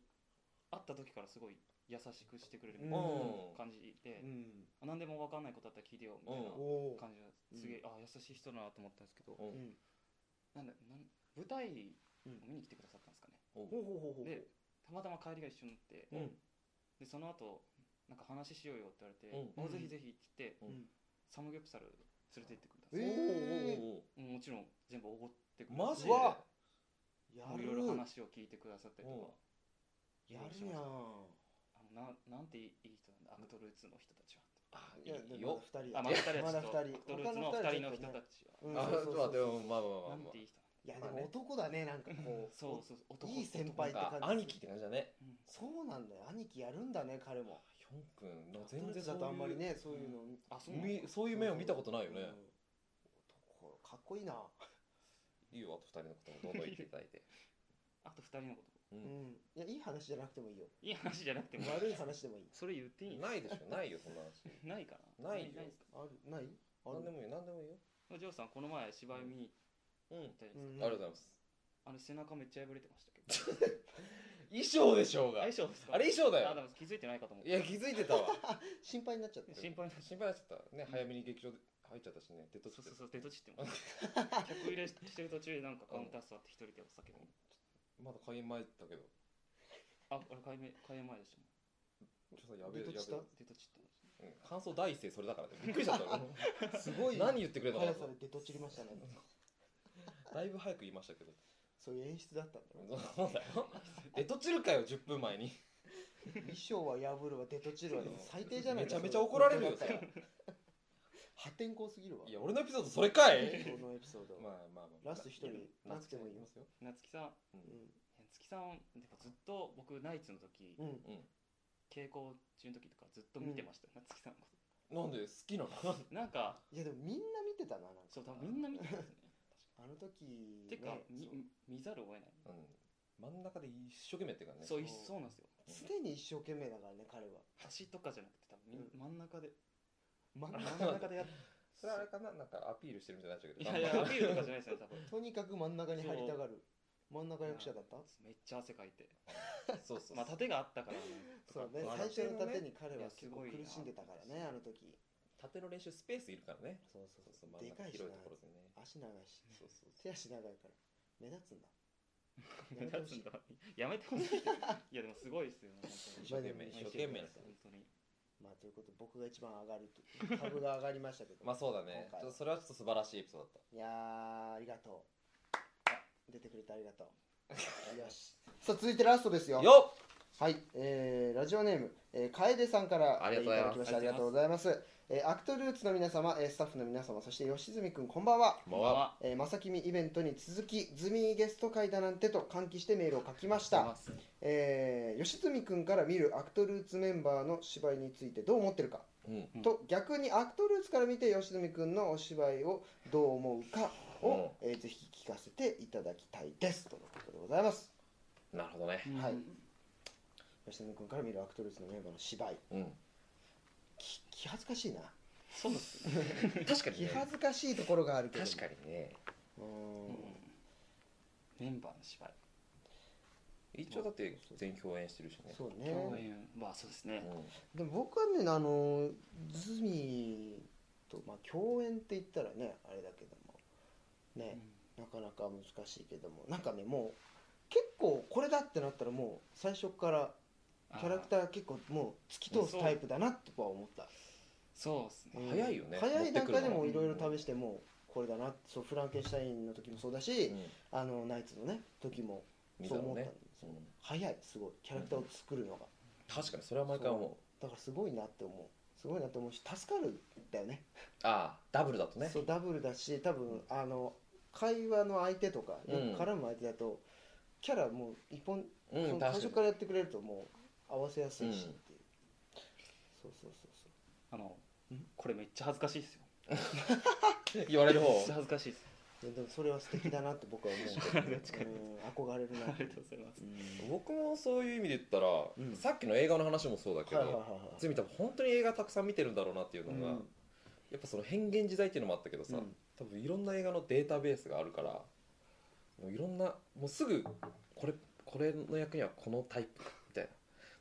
S3: 会った時からすごい優しくしてくれるみた
S2: う
S3: いな
S2: ん
S3: 感じで
S1: う、ん
S3: あ何でも分かんないことあったら聞いてよみたい
S2: うん
S3: な
S1: おお
S3: 感じがすげえ、あ優しい人だなと思ったんですけど、
S2: う
S1: うん
S2: ん
S3: なんだなん舞台を
S1: うん
S3: 見に来てくださったんですかね、
S1: ほうほうほうほう
S3: でたまたま帰りが一緒になって、
S2: うん
S3: でその後なんか話しようよって言われて、
S2: うん
S3: もうぜひぜひって言って、
S2: うん
S3: サムギョプサル連れて行ってくれたん
S2: おー
S3: で
S1: え
S3: す
S1: ー
S2: おーお
S3: よ、もちろん全部おごって
S2: ー
S3: くれ
S2: マジ
S3: たし
S1: う
S2: で
S1: わや
S3: もうい
S1: る
S3: ろいろ話を聞いてくださったりとか、
S1: やるやん
S3: あのななんていいいい人なんだアクトルーツの人たちは
S2: あ
S1: いや
S2: いい
S1: でも
S2: よ
S1: まだ2人
S3: あまだ
S1: ま
S3: 2人
S1: だ
S3: はちょっと
S1: 2人
S3: アク
S1: うんそうそう
S2: あ
S3: トルーツの2人の人たちは、
S1: そう
S2: まあでもまあまあまあ
S3: なんていい人
S1: いやで
S2: まあ
S1: も
S2: ね
S1: 男だねなんかこう
S3: そうそうそう男
S1: いい先輩
S2: まあなん
S1: 感じ
S2: か兄貴って感じだね
S3: うん
S1: そうなんだよ兄貴やるんだね彼も
S2: ヒョン君な
S1: 全
S2: 全
S1: 然
S2: 然
S1: だと
S2: そう
S1: あんまり
S2: いう
S1: ねそういうの
S3: あそうなん
S2: み
S3: だ
S2: そういう面を見たことないよね
S1: うん男かっこいいな
S2: いいよあと二人のこともどんどん言っていただいて
S3: あと2人のこと
S1: う
S2: う
S1: んんいやいい話じゃなくてもいいよ
S3: いい話じゃなくても
S1: 悪い話でもいい
S3: それ言っていい
S2: ないでしょないよそんな話
S3: ないかな
S2: ないよ
S3: ですか
S1: あるないあ
S2: 何で
S1: る
S2: もいいよ何でもいいよ
S3: ジョーさんこの前芝居見に
S2: うん
S3: 行ったじゃないで
S1: うん
S2: ありが
S3: すか、
S2: とうございます
S3: あの背中めっちゃ破れてましたけど
S2: 衣装でしょうが
S3: 大丈夫ですか
S2: あれ衣装だよ
S3: あでも気づいてないかと思っ
S2: い
S3: て
S2: や気づいてたわ
S1: 心配になっちゃった
S3: 心配になっち
S2: 心配になっちゃったね早めに劇場で入っちゃったしねデッド
S3: ゃう
S2: ス
S3: そ
S2: ペース
S3: うそうそう出とちっても客入れしてる途中でなんかカウンター座って一人でお酒飲む
S2: まだ開演前だったけど
S3: あ俺開演開演前でしたもん
S2: ちょっとやべえ
S1: デ
S2: や
S1: ッドした
S2: べ
S3: 出とちってました
S2: え、うん、感想第一声それだからねびっくりしちゃった俺
S1: すごい
S2: 何言ってくれたの
S1: 速さで出とちりましたね
S2: だいぶ早く言いましたけど
S1: そういう演出だったんだろう
S2: そうだよデトチるかよ10分前に
S1: 衣装は破るわ出とちるわでも最低じゃない
S2: めちゃめちゃ怒られるよそれ
S1: 破天荒すぎるわ
S2: いや俺のエピソードそれかい
S1: このエピソード
S2: まあまあまあ
S1: ラスト一人なくてもいいよ
S2: ますよ
S3: 夏木さん
S2: うん
S3: 夏木さんやっぱずっと僕ナイツの時
S1: うんうん
S3: 稽古中の時とかずっと見てましたよ、夏木さんのこ
S2: なんで好き なの
S3: となんか
S1: いやでもみんな見てたななんか
S3: そう多分みんな見てますね
S1: あの時ね
S3: てか、
S1: そ
S3: み
S1: う
S3: 見ざるを得ない、
S2: うん真ん中で一生懸命やってるからね
S3: そうい
S1: そう
S3: そうなんですよ
S1: 常に一生懸命だからね彼は
S3: 端とかじゃなくて多分み、
S1: うん
S3: 真ん中で
S1: 真ん
S3: 真ん中でやっ
S2: それあれかななんかアピールしてるみたいになっちゃうけ
S3: い
S2: ど
S3: やいやアピールとかじゃないですよ多分
S1: とにかく真ん中に入りたがる真ん中役者だった
S3: めっちゃ汗かいて
S2: そうそうそう
S3: まあ盾があったからね
S1: そうね
S2: まあ
S1: 最初の盾に彼
S3: い
S1: は
S3: や
S1: 結構
S3: すごい
S1: 苦
S3: な
S1: しんでたからねあの時
S2: 縦の練習スペースいるからね
S1: そうそ
S2: そうう
S1: そ
S2: そうう真ん
S1: で
S2: 中
S1: かいし
S2: 広
S1: ない
S2: ところでね
S1: 足長いし
S2: そうそうそう
S1: 手足長いから目立つんだ
S3: 目立つんだやめてほしいいやでもすごいですよね本当に
S2: 一生懸
S1: まあでも
S2: 命一生懸命だった
S3: 本当に
S1: まあということで僕が一番上がると株が上がりましたけど
S2: まあそうだね
S1: 今回
S2: ちょっとそれはちょっと素晴らしいエピソードだっ
S1: いやーありがとうあ出てくれてありがとうよしさあ続いてラストですよ
S2: たよっ
S1: はい、えーラジオネーム、えー、楓さんから
S2: ありがとうございます
S1: えーただきましたありがとうございます、えーアクトルーツの皆様、えースタッフの皆様そして吉住君こんばんは
S2: こんばんは
S1: えー、まさきみイベントに続きズミゲスト会だなんてと歓喜してメールを書きました、えー、吉住君から見るアクトルーツメンバーの芝居についてどう思ってるか、
S2: うん
S3: うん
S1: と逆にアクトルーツから見て吉住君のお芝居をどう思うかを、えーぜひ聞かせていただきたいですとのことでございます
S2: なるほどね
S1: は
S3: はいい
S1: 吉住君から見るアクトルーツのメンバーの芝居
S2: うん
S1: き気恥ずかしいな
S3: そうですね
S2: 確かに
S1: 気
S2: ね
S1: 恥ずかしいところがあるけど
S2: 確かにね
S1: にうん
S3: メンバーの芝居
S2: 一応だって全員共演してるしね
S1: そう
S3: 共
S1: ね
S3: 演まあそうですね
S2: うん
S1: でも僕はねあのズミと、まあ、共演って言ったらねあれだけどもねなかなか難しいけどもなんかねもう結構これだってなったらもう最初からキャラク
S3: ー
S1: ター結構もう突き通すタイプだなとは思った
S3: そうですね
S1: うん
S2: 早いよね
S1: 早い段階で
S2: 持っ
S1: も
S2: て
S1: い
S2: くる
S1: ろ
S2: の
S1: い
S2: が
S1: ろ試してもうこれだなそうフランケンシュタインの時もそうだし、
S2: うん
S1: あのナイツのね時も
S2: 見
S1: そ
S2: た
S1: う思
S2: の
S1: ったん
S2: ね
S1: で、そう
S2: うん
S1: 早いすごいキャラクターを作るのが、
S2: 確かにそれは毎回思
S1: だからすごいなって思うすごいなって思うし助かるんだよね
S2: うああダブルだとね
S1: そうダブルだし多分あの会話の相手とかよく絡む相手だと、キャラもう一本、
S2: うん
S1: その最
S2: 確かに
S1: 初からやってくれるともう合わせやすいしっていう、そうそうそうそう
S3: あの
S1: ん
S3: これめっちゃ恥ずかしいですよ
S2: 言われる
S3: め
S2: 方
S3: っちゃ恥ずかしいです
S1: いやでもそれは素敵だなって僕は思う
S3: 確かに
S1: うん憧れる
S3: あ
S1: なって
S3: りがとうございます
S1: うん
S2: 僕もそういう意味で言ったら、
S1: うん
S2: さっきの映画の話もそうだけど、
S1: はいはいはい
S2: つみ多分本当に映画たくさん見てるんだろうなっていうのが、
S1: うん
S2: やっぱその変幻自在っていうのもあったけどさ、
S1: うん
S2: 多分いろんな映画のデータベースがあるからもういろんなもうすぐこれこれの役にはこのタイプみたいな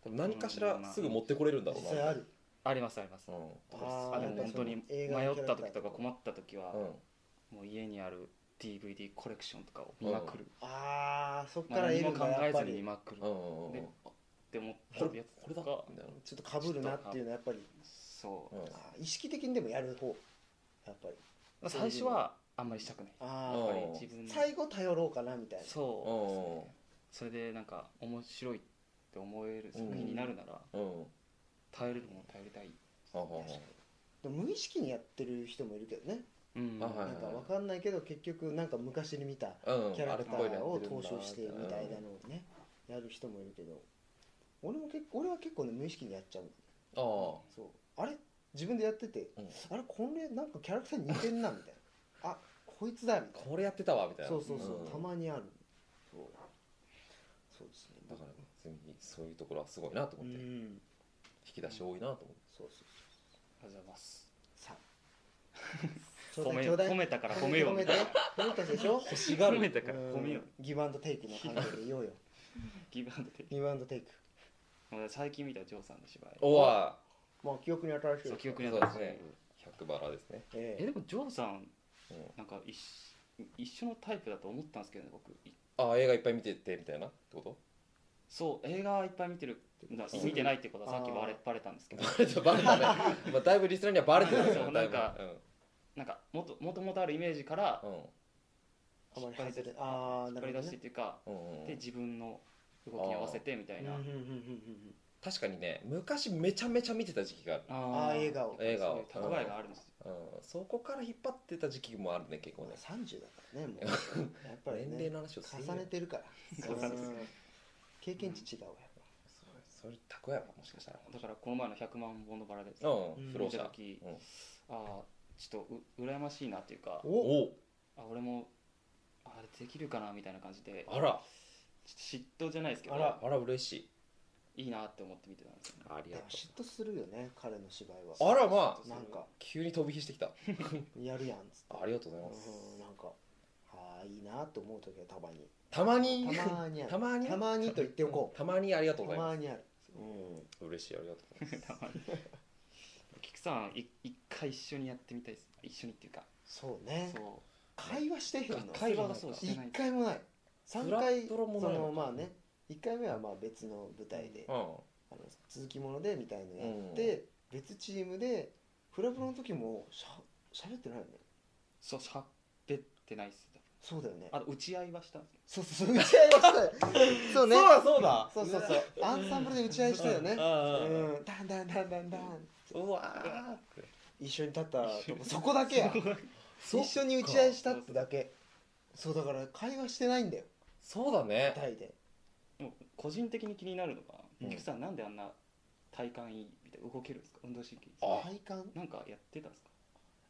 S2: 多分何かしらすぐ持ってこれるんだ
S1: はい
S2: ろう
S1: 実
S2: な、
S1: 際ある
S3: ありますあります
S2: うん
S1: あ
S3: あ
S1: ー
S3: で
S1: やっぱりその
S3: も本当に迷
S1: 映画のキャ
S3: った
S1: ラクター
S3: 時とか困った時は、
S2: うん
S3: もう家にある DVD コレクションとかを見まくる、
S1: ああそっ
S3: ま
S1: か
S3: あ、
S1: ら
S3: 何
S1: 得
S3: も
S1: るん
S3: 考
S1: だやっ
S3: え
S1: ぱ
S3: ずに見
S1: り
S3: まくる
S2: う
S3: っ
S2: んうんうん
S3: でて思
S2: こ
S3: ってる
S2: れ
S3: や
S2: これ
S3: つ
S2: だ
S3: とか
S2: みたいな
S1: ちょっとかぶるなっていうのはやっぱり
S3: そ
S2: うん
S1: あー意識的にでもやる方やっぱり
S3: う最初はあんまりしたくない
S1: あ
S3: やっ
S1: あ
S3: ぱ
S2: う
S3: り
S2: ん
S3: 自分の
S1: 最後頼ろうかなみたいな
S3: そう
S2: う
S3: それでなんか面白いって思える作品になるなら、
S2: んうん
S3: 頼れるもの頼りたい、
S2: あはは
S1: でも無意識にやってる人もいるけどね
S3: うん
S2: あは
S1: な
S2: い
S1: んかわかんないけど結局なんか昔に見た
S2: うん
S1: キャラクターを
S2: 投
S1: 踏襲
S2: 資
S1: してみたいなのをねやる人もいるけど俺も結構俺は結構ね無意識にやっちゃう
S2: ああ
S1: そうあれ自分でやってて、
S2: うん
S1: あれこれなんかキャラクターに似てんなみたい なあこいつだみたい
S2: これやってたわみたい
S1: な
S2: な
S1: そうそうそう、
S2: ん
S1: たまにあるそうそうですね
S2: だから普通にそういうところはすごいなと
S1: う
S2: 思って、引
S1: ん
S2: き出し多いなと思って、
S1: そうそう
S3: ありがとうございます
S1: さあ ちょう
S3: 褒
S1: だ
S3: め
S1: いちょうだい
S3: 褒めたから褒めよう
S1: 褒
S3: み
S1: め
S3: た
S1: て
S3: いな
S1: 褒めたでしょ
S2: 欲しがる
S3: 褒めたか
S1: う
S3: ら
S1: ん
S3: 褒めよう
S1: ギブアンドテイクの関係でいようよ
S3: ギブアンドテイ
S1: ギブアンドテイク
S3: ク俺最近見たジョーさんの芝居
S2: おわ
S1: まあ記憶に新しい
S3: そう記憶にあ
S2: そうですね100バラですね、
S1: え
S3: え
S1: え
S3: でもジョーさん
S2: うん
S3: なんか一緒一緒のタイプだと思ったんですけどね僕い
S2: ああ映画いっぱい見ててみたいなってこと
S3: そう映画いっぱい見てるだ
S2: そう
S3: 見てないってことはさっきバレ
S1: あ
S3: バレたんですけど
S2: バレたバレ たね、まあ、だいぶリスナーにはバレてた
S3: そう
S2: だ
S3: ないん
S2: ぶ
S3: かなんかもともともとあるイメージから
S2: うん
S1: あまり
S3: 引っ張
S1: 外
S3: り出
S1: れ
S3: し
S1: あー
S3: 引
S1: な
S3: っ
S1: るほ
S3: 張り
S1: ど
S3: 出
S1: ね
S3: してっていうか
S2: うんうんうん
S3: で自分の動きに合わせてみたいな
S1: うんうんうんうんうん
S2: 確かにね昔めちゃめちゃ見てた時期がある、
S1: ああー笑
S3: ー
S1: 顔
S2: 笑顔
S3: そういう蓄えがあるんですよ
S2: うん、そこから引っ張ってた時期もあるね結構ね
S1: まあ30だからねも うやっぱりね
S2: 年齢の話をする
S1: 重ねてるから
S3: そうそうそう
S1: うん経験値違うやっ
S2: それそれたこやもしかしたら
S3: だからこの前の100万本のバラで
S2: うん、
S1: うん
S2: 不
S3: 見
S2: 老
S3: た
S2: 者
S3: 時
S2: うん
S3: ああちょっとう羨ましいなっていうか
S1: ぱ
S2: お
S1: お
S3: あ俺もあれできるかなみたいな感じで
S2: あら
S3: ちょっと嫉妬じゃないですけど
S1: あら
S2: あら嬉しい
S3: いいなって思って見てたんですよね
S2: あり
S1: でも嫉妬するよね彼の芝居は
S2: あらまあ
S1: なんか
S2: 急に飛び火してきた
S1: やるやんっつって
S2: ありがとうございます
S1: うんなんかああいいなと思う時はたまに
S2: たまに
S1: たまにあ
S2: た
S1: る
S2: まに
S1: たまにと言っておこ
S2: たまにありがと
S1: う
S2: うご
S1: た
S2: ざいま
S1: まにあるうん
S2: す嬉しいありがとうござい
S3: たまに菊さんい一回一緒にやってみたいです一緒にっていうか
S1: そうね
S3: そ
S1: 会話してへんの
S3: う
S2: 会話
S3: 通話
S2: が
S3: がそうしてない
S1: 一回もない三回
S2: フラットロも
S1: そ
S2: ないの
S1: のまあね一回目はまあ別の舞台で、あ
S2: ます
S1: の続きものでみたいのやって、別チームでフラブロの時もしゃ喋ってないよね
S3: そうしゃべってないっす
S1: そうだよね
S3: あと打ち合いはしたんですけ
S1: そうそうそう打ち合いはしたよそうね
S2: だ そうだ
S1: そうそうそうアンサンブルで打ち合いしたよね
S2: うんうん
S1: うんだんだんだんだんだん
S2: うわーって
S1: 一緒に立ったとこそこだけや
S3: ど
S1: 一緒に打ち合いしたってだけそうだから会話してないんだよ
S2: そうだね
S1: 舞台で
S3: でも個人的に気になるのが
S2: うん
S3: 菊さんなんであんな体幹いいみたいな動けるんですか運動神経いい
S2: あ
S1: 体感
S3: なんかやってたんですか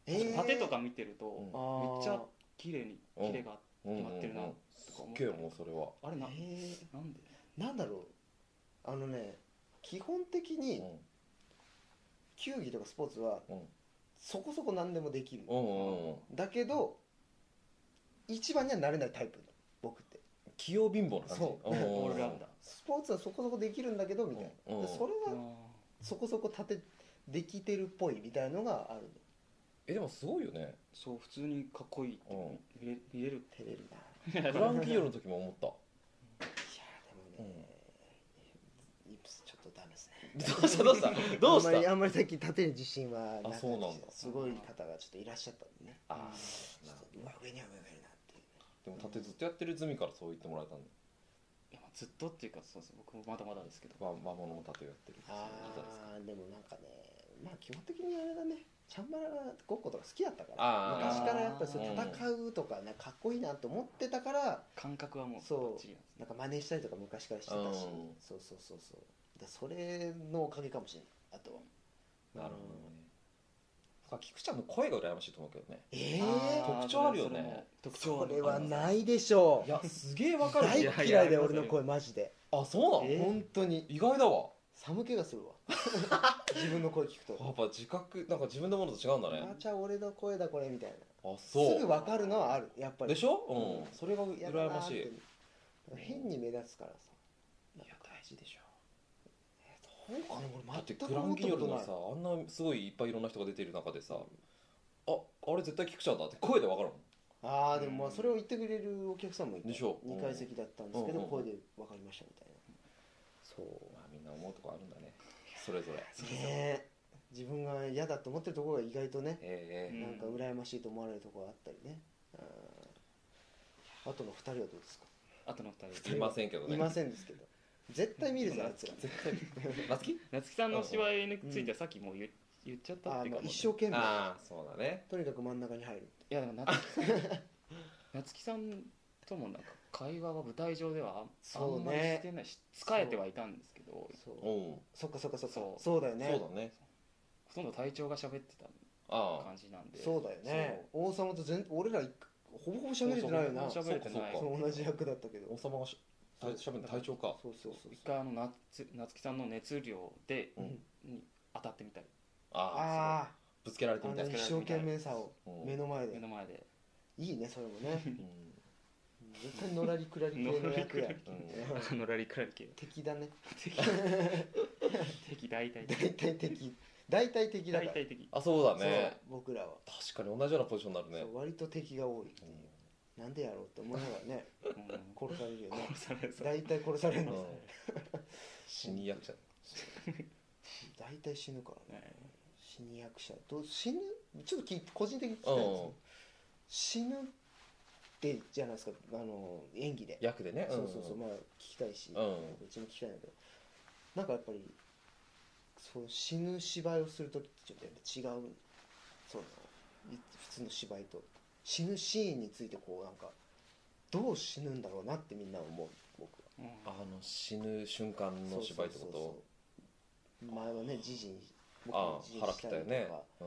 S1: えー
S3: 縦とか見てると、
S2: うん
S1: あー
S3: めっちゃ綺麗に
S2: うん
S3: 綺麗があって
S2: うんうん
S3: 決まってるな
S2: うん
S3: とか
S2: す
S3: 思
S2: っ
S3: っ
S2: げ
S3: た
S2: え
S3: り
S2: もうそれは
S3: あれな,、
S1: えー
S3: なんで
S1: なんだろうあのね基本的に
S2: う
S1: 球技とかスポーツは
S2: うん
S1: そこそこ何でもできる、
S2: んうんうんうん
S1: だけど一番にはなれないタイプ僕って
S2: 器用貧乏な感じ
S1: そう
S2: うんうんうん
S3: オールラウンダー
S1: スポーツはそこそこできるんだけどみたいな、
S2: うん
S1: でそれ
S3: あ
S1: はそこそこ立てできてるっぽいみたいのがあるの
S2: えでもすごいよね
S3: ーそう普通にかっこいいって
S2: うん
S3: 見れ見れる
S1: 照れるな
S2: フランキーヨの時も思った
S1: いやーでもね、いちょっとダメですね
S2: どうしたどうしたどうし
S1: あんまり
S2: た
S1: あんまり最近立てる自信はなかったです
S2: あそうなんだ
S1: すごい方がちょっといらっしゃったんでね
S2: あ
S1: ちょっとうわ上には上がいるなっていう
S2: でも縦ずっとやってるズミからそう言ってもらえたんで
S3: いやまあずっとっていうかそうです僕もまだまだですけど
S2: ま魔物も縦をやってる
S1: あ
S2: そう
S1: あ
S2: いうことですか
S1: でもなんかねまあ基本的にあれだねチャンバラごっことか好きだったか
S2: あ
S1: ら
S2: ー
S1: 昔からやっぱりそう
S2: うん
S1: 戦うとかねかっこいいなと思ってたから
S3: 感覚はもう
S1: そう
S3: バッチリな
S1: な
S3: んですね
S1: んか真似したりとか昔からしてたし
S2: うん
S1: そうそうそうそうだそれのおかげかもしれないあとは
S2: なるほどねだから菊ちゃんの声が羨ましいと思うけどね
S1: え
S3: あー
S2: 特徴あるよね
S3: それも特
S1: えー、
S3: 徴
S1: これは
S3: あ
S1: ないでしょ
S2: いうやすげえわかる
S1: 大
S3: いや
S1: っ
S3: い
S1: 嫌
S3: や
S1: いだよ
S3: あります
S1: 俺の声マジで
S2: あそうなの、
S3: えー
S1: 本当に
S2: 意外だわ
S1: 寒気がする わ自分の声聞く
S2: や
S1: と
S2: っぱ自覚なんか自分のものと違うんだね
S1: あちゃ俺の声だこれみたいな
S2: あ
S1: す
S2: そう
S1: ぐ分かるのはあるやっぱり
S2: でしょ、うん
S1: うん
S2: それが
S1: 嫌だ
S2: 羨
S1: なー
S2: ま
S1: っ
S2: しい
S1: て
S2: い
S1: 変に目立つからさ
S2: や大事でしょ
S1: そうかね
S2: だって
S1: 俺全
S2: グ
S1: く
S2: ラ
S1: 思
S2: ン
S1: っ
S2: ギ
S1: た
S2: ニ
S1: こ
S2: ョル
S1: と
S2: の
S1: ない
S2: さあんなすごいいっぱいいろんな人が出てる中でさああれ絶対菊ちゃんだって声でわかるもん
S1: ああでもまあそれを言ってくれるお客さんもいて
S2: でしょ
S1: 2階席だったんですけ
S2: う
S1: ど
S2: んうん
S1: 声で分かりましたみたいなそう
S2: まあみんな思うとこあるんだねそれぞれ
S1: ねえ自分が嫌だと思ってるところが意外とね
S2: ええええ
S3: う
S1: なん
S3: ん
S1: か羨ましいと思われるところがあったりねうんあとの2人はどうですか
S3: あとの二人
S2: いませんけどね
S1: いませんですけど絶対見るぞあいつら
S2: 絶対松木
S3: 夏木さんの芝居についてはさっきもう言,、言っちゃった っ
S1: あ
S3: ていうか
S1: の
S3: も う
S1: 一生懸命
S2: ああそうだね
S1: とにかく真ん中に入る
S3: いやだから夏木さん 夏木さんともなんか会話は舞台上ではあんあ
S1: そうんね
S3: まりしてないし使えてはいたんですけどほ
S1: そう
S2: うん
S1: そっかそっかそっか
S3: そう
S1: そうだよ
S2: そ
S1: ね
S2: うだね
S3: とんど隊長が喋ってた
S2: ああ
S3: 感じなんで
S1: そうだよね王様と全俺ら一ほぼほぼ喋れてないよな
S3: そ
S1: そう
S3: うそうほぼほぼ喋れてない
S2: そうかそう
S1: 同じ役だったけど
S2: 王様がし体しゃべる体調か
S1: そうそうそう
S3: 一回あの夏夏木さんの熱量で、
S1: うん
S3: に当たってみたり
S2: ああ
S1: あ
S2: ぶつけられて
S1: あ
S2: み
S1: あ
S2: た
S1: の
S2: い
S1: 一
S2: な
S1: 生懸命さを
S2: うん
S1: 目の前で
S3: 目の前で
S1: いいねそれもね
S2: うん
S1: 絶対のらりくらり系の役や
S2: うん
S3: あのラリクラリ系
S1: 敵だね
S3: 敵敵大体
S1: 大体敵大体敵だか
S3: 大
S1: ら
S3: 体敵
S2: あそうだ
S1: そう
S2: ね
S1: 僕らは
S2: 確かに同じようなポジションにな
S1: そ
S2: るね
S1: う割と敵が多いっていうなんでやろうって思いながら ね
S3: うん
S1: 殺されるよね
S3: 殺されそう
S1: 大体殺されるん
S2: う
S1: だ
S2: ん死に役者
S1: 大体死ぬからね
S3: ね
S1: 死に役者どう死ぬちょっと聞いて個人的に聞きたいんですけど
S2: うん
S1: 死ぬってじゃないですかあの演技で、
S2: 役でね
S1: そうそうそうまあ聞きたいし、
S2: ん
S1: なんかうちも聞きたいんだけどなんかやっぱりそう死ぬ芝居をする時ってちょっとやっぱ違うそうなのい普通の芝居と死ぬシーンについてこうなんかどう死ぬんだろうなってみんな思う僕は
S3: うん
S2: あの死ぬ瞬間の芝居ってこと
S1: そうそうそう前はね時事に僕
S2: あ
S1: も
S2: あ
S1: 時事
S2: 腹
S1: に
S2: 切ったよねう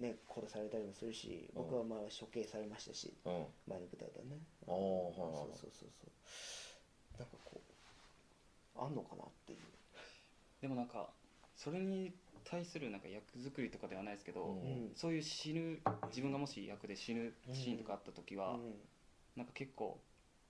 S1: ね殺されたりもするし
S2: うん
S1: 僕はまあ処刑されましたし
S2: んうん
S1: 前の舞台だね
S2: ああはいはいはい
S1: そうそうそうそうなんかこうあんのかなっていう
S3: でもなんかそれに対するなんか役作りとかではないですけど、
S2: うん
S3: そういう死ぬ自分がもし役で死ぬシーンとかあった時は、
S1: うん
S3: なんか結構、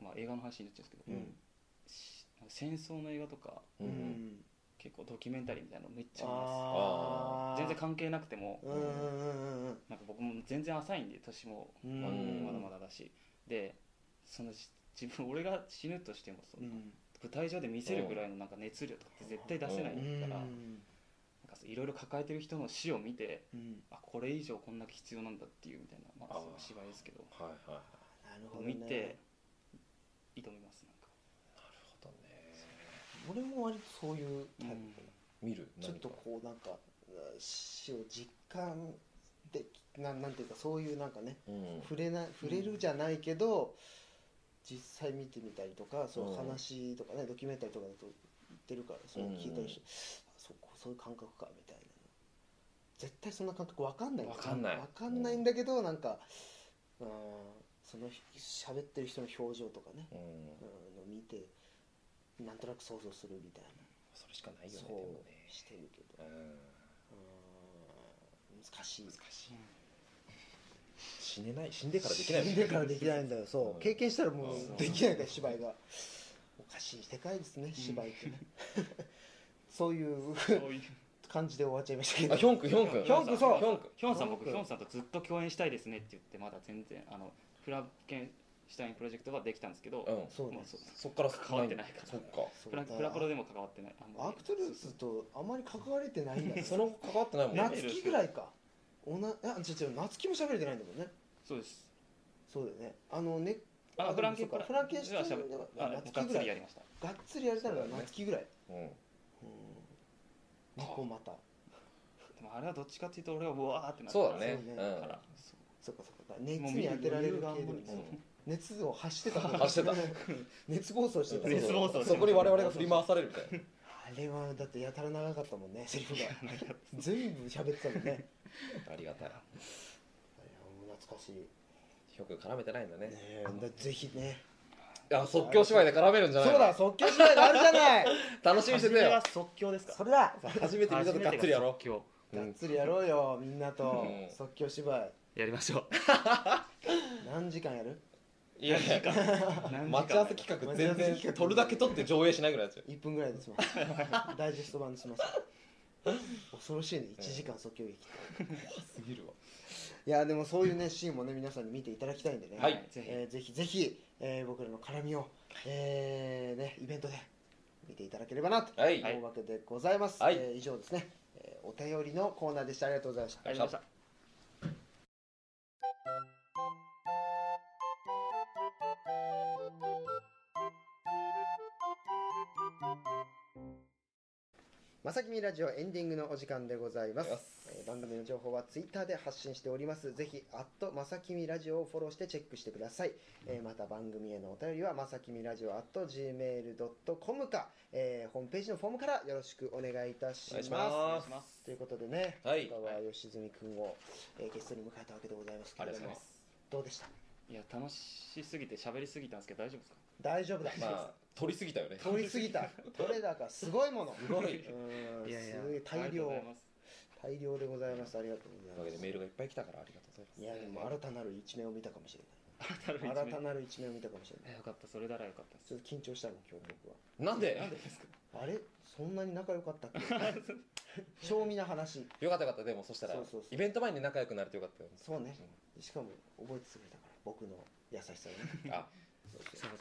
S3: まあ、映画の話になっちゃうんですけ
S1: う
S3: ど、
S1: ん
S3: し戦争の映画とか
S2: うんうん
S3: 結構ドキュメンタリーみたいなのめっちゃ見ま
S1: ああ
S3: す全然関係なくても
S1: うんうんうんうん
S3: なんか僕も全然浅いんで年も
S1: う
S3: ま
S1: ん
S3: だまだだし、でそのし自分俺が死ぬとしてもその
S1: うん
S3: 舞台上で見せるぐらいのなんか熱量とかって絶対出せないか
S1: う
S3: らなん
S1: ん
S3: かそういろいろ抱えてる人の死を見て
S1: うん
S3: あこれ以上こんだけ必要なんだっていうみたいな、まあ
S2: あ、ー
S3: 芝居ですけど
S2: はいはいなる
S1: なるほどね
S3: 見て挑みますなんか
S2: ほど
S1: 俺
S2: ね
S1: も割とそういうタイプ
S2: 見る
S1: ちょっとこうなんかうん死を実感できななんていうかそういうなんかね
S2: 何かうん
S1: 触れな触れるじゃないけど、実際見てみたりとかそううん話とかね、ドキュメンタリーとかだと言ってるからそれ聞いたりして、あそこそういう感覚かみたいな絶対そんな感覚わかんない
S2: わかんない
S1: わかんないんだけど、なんかうんその人喋ってる人の表情とかね、
S2: うん
S1: うん、の見てなんとなく想像するみたい
S2: それしかな
S1: ない
S2: よね
S1: そう
S2: でもね
S1: してるけど
S2: うん
S1: うん難しい
S2: 難しい死ねない死んでからできない
S1: 死んでからできないんだよそう、
S2: うん
S1: 経験したらも
S2: うん
S1: うできないから芝居がおかしい世界ですね芝居ってね、 そういう
S3: そう いう
S1: 感じで終わっちゃいましたけど
S2: あヒョンクヒョンク
S1: ヒョンクそう
S2: ヒョンク
S3: ヒョンさん僕
S1: ヒ
S3: ヒ
S1: ョン君
S3: ョンさんとずっと共演したいですねって言ってまだ全然あのフラケンシュタインプロジェクトができたんですけど、
S2: うん
S1: そうね
S3: もうそう
S2: そっから
S3: 関わってないから
S2: そっか
S1: そう
S3: フラ
S1: だ
S3: フラプロでも関わってないあんまり
S1: アクトルーツとあまり関われてないんだよ
S2: その関わってないもんね
S1: 夏希ぐらいかおなあ違う違う夏希も喋れてないんだもんね
S3: そうです
S1: そうだよねあのね
S3: あ
S1: あ
S3: フランケン
S1: そうかフランケンシュタイン
S3: シ
S1: では
S3: あ
S1: 夏
S3: が
S1: 希
S3: っ
S1: ぐ
S3: つ
S1: ら
S3: り
S1: い
S3: やりました
S1: がっつりやれたのが
S2: そうだね
S1: 夏希ぐらい
S2: うん
S1: うん猫また
S3: でもあれはどっちかっていうと俺はうわーってなる
S2: そうだね
S1: そううね
S3: だか
S2: ん
S3: らそう
S1: そっかそっかだから熱に当てられる系でもいいですね
S2: うん
S1: 熱を発してた方が
S2: 発してた
S1: 熱暴走してた
S3: プレス暴走
S2: そうそうそこに我々が振り回されるみたいな
S1: あれはだってやたら長かったもんねセリフが全部喋ってた もんね
S2: ありがたい
S1: あれはもう懐かしい
S2: よく絡めてないんだね
S1: ねえだぜひね
S2: いや即興芝居で絡めるんじゃない
S1: そうだ即興芝居があるじゃ ない
S2: 楽しみにしててよ
S3: は即興ですか
S1: それだ
S2: 初めて見たとがっつりやろ
S3: う今
S2: う
S1: がっつりやろうよみんなと
S2: うん
S1: 即興芝居
S3: 日やりましょう
S1: 何時間やる
S2: いやいや待ち合わせ企画全
S1: 待ち合わせ企画
S2: 然撮るだけ撮って上映しないぐらいですよ
S1: 1分ぐらいで 済ますダイジェスト版で済ます恐ろしいね1時間即興劇って
S2: すぎるわ
S1: いやでもそういうねシーンもね皆さんに見ていただきたいんでね
S2: はい
S3: ぜひ
S1: えーぜひぜひ、えー僕らの絡みを、えーね、イベントで見ていただければなと
S2: はい
S1: 思うわけでございます、
S2: はい
S1: えー以上ですね、えーお便りのコーナーでしたありがとうございました
S3: ありがとうございました
S1: まさきみラジオエンディングのお時間でございます
S2: ありがとう
S1: えー番組の情報はツイッターで発信しておりますぜひ「アットまさきみラジオ」をフォローしてチェックしてください、えーまた番組へのお便りはまさきみラジオ at gmail.com か、えーホームページのフォームからよろしくお願いいたしま
S2: お願い
S1: す
S2: します
S3: お願いします
S1: ということでね、
S2: はい
S1: 今回は吉住君を、えーゲストに迎えたわけでございますけ
S2: あ
S1: れ
S2: りが
S1: ど
S2: と
S1: も
S2: うございます
S1: どうでした
S3: いや楽しすぎて喋りすぎたんですけど大丈夫ですか
S1: 大丈夫だ、
S2: まあ撮りすぎたよね
S1: 通り過 ぎた取れ高すごいもの
S2: すごい
S1: うんすごい
S3: あ
S1: 大
S3: りが
S1: 量
S3: とうございます
S1: 大量でございますありがとう
S2: という
S1: ご
S2: わ
S1: ざい
S2: けで
S1: ます
S2: メールがいっぱい来たからありがとうございます
S1: いやでも新たなる一面を見たかもしれない
S3: 新たなる
S1: 新
S3: 一
S1: た
S3: 面
S1: なる一面を見たかもしれない
S3: えよかったそれならよかったです
S1: ちょっと緊張したの今日僕は
S2: なんで
S3: なんでですか
S1: あれそんなに仲良かったっ け正味な話
S2: よかったよかったでもそしたら
S1: そうそうそう
S2: イベント前に仲良くなれてよかったよ
S1: そうねしかも覚えててくれたから僕の優しさをね
S2: あ
S1: そうそう
S3: そう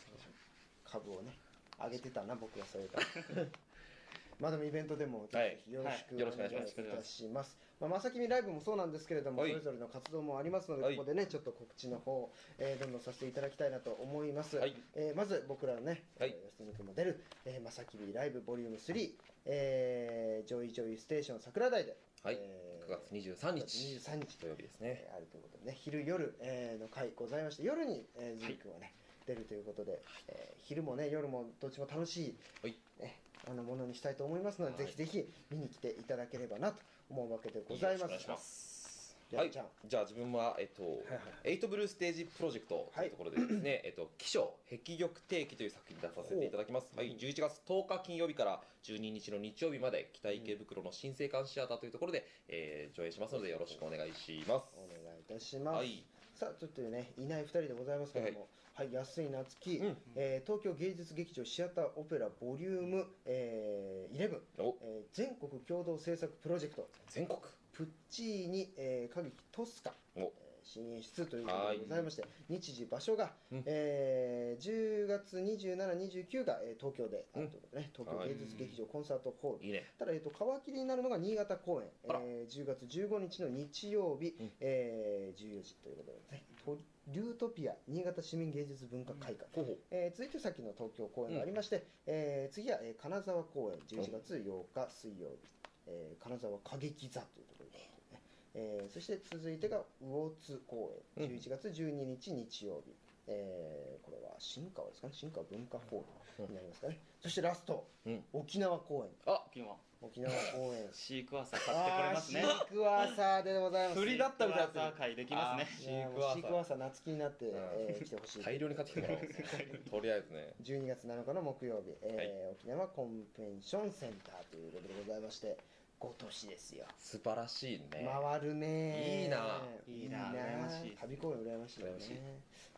S1: 株をね上げてたな僕はそれから まあでもイベントでも
S2: はい
S1: ぜひよろしく
S2: はいよろしく
S1: お
S2: お願いします
S1: 願いいたしますまあまさきみライブもそうなんですけれどもそ
S2: はい
S1: れぞれの活動もありますので
S2: はい
S1: ここでねちょっと告知の方えーどんどんさせていただきたいなと思います
S2: はい
S1: えーまず僕らのね
S2: はい
S1: えー吉住君も出るえーまさきみライブボリューム3えージョイジョイステーション桜台で
S2: はい
S1: えー
S2: 9月23日
S1: 23日
S2: 土曜日ですね
S1: えーあるということでね昼夜、えーの会ございまして夜に、えー、ズミ君はね、出るということで、えー昼もね夜もどっちも楽しい、
S2: はい
S1: ね、あのものにしたいと思いますので、
S2: は
S1: ぜ
S2: い
S1: ひぜひ見に来ていただければなと思うわけでございます
S2: よろしくお願いします
S1: や
S2: は
S1: っ
S2: い
S1: ちゃん、
S2: じゃあ自分はえっと、
S1: はいはい
S2: エイトブルーステージプロジェクトというところでですね、えっと、気象壁玉定期という作品出させていただきます。
S1: ほう
S2: はい、11月10日金曜日から12日の日曜日まで北池袋の新生館シアターというところで、えー上映しますのでよろしくお願いします。
S1: お願いいたします、
S2: はい、
S1: さあちょっとねいない2人でございますけども、はい安井夏樹、
S2: うん、
S1: えー東京芸術劇場シアターオペラボリューム、えー11、
S2: お、
S1: えー全国共同制作プロジェクト
S2: 全国。
S1: プッチーニ、えー歌劇トスカ、えー
S2: お
S1: 新演出ということでございまして日時場所が、
S2: うん
S1: えー10月2729が、えー東京であ
S2: うん
S1: るということで、ね東京芸術劇場コンサートホール
S2: いいね。
S1: ただ、えー、と皮切りになるのが新潟公演、
S2: あら
S1: えー10月15日の日曜日、
S2: うん
S1: えー14時ということで、ね、とリュートピア新潟市民芸術文化会館、
S2: 候補。
S1: えー続いてさっきの東京公演がありまして、えー次は、えー金沢公演11月8日水曜日、えー金沢歌劇座というところで、ねえーそして続いてが魚津公演
S2: うん
S1: 11月12日日曜日、えーこれは新川ですかね新川文化ホールになりますかね、そしてラスト、
S2: うん
S1: 沖縄公演
S3: 今日は
S1: 沖縄公 演
S3: シークワーサー買ってこれ
S1: ああ
S3: ますね
S1: ーシークワーサーでございます
S2: 振りだったみたい
S3: シークワーサー買いできますね
S2: あ
S1: いやーもうシークワーサー夏気になって、
S2: ん
S1: えー来てほしい
S2: 大量に買ってきてもらおう。とりあえずね。
S1: 12月7日の木曜日、えー沖縄コンペンションセンターということでございまして今年ですよ、
S2: 素晴らしいね。
S1: 回るね
S2: いいない
S3: いない羨ましい
S1: 旅公演羨ましいよね
S2: 羨ましい
S1: い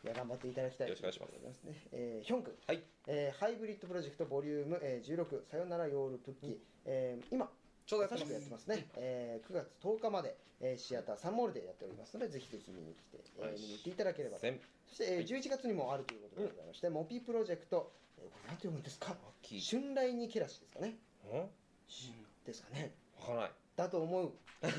S1: や頑張っていただきたい
S2: よろしくお願いします
S1: とうことでございますね、えーヒョン君、
S2: はい
S1: えーハイブリッドプロジェクトボリューム、えー16さよならヨールプッキー、えー今
S2: ちょうどやって
S1: 新しくや
S2: ま
S1: って
S2: す。
S1: ますね、えー9月10日まで、えーシアターサンモールでやっておりますのでぜひぜひ見に来て、えー
S2: はい
S1: 見に行っていただければと
S2: せん。
S1: そして、えー11月にもあるということでございまして、モピプロジェクト、えーこれなんて読むんですか
S2: き。ん？
S1: 春雷にけらしですかね
S2: わ
S1: ですかね
S2: からない。
S1: だと思う、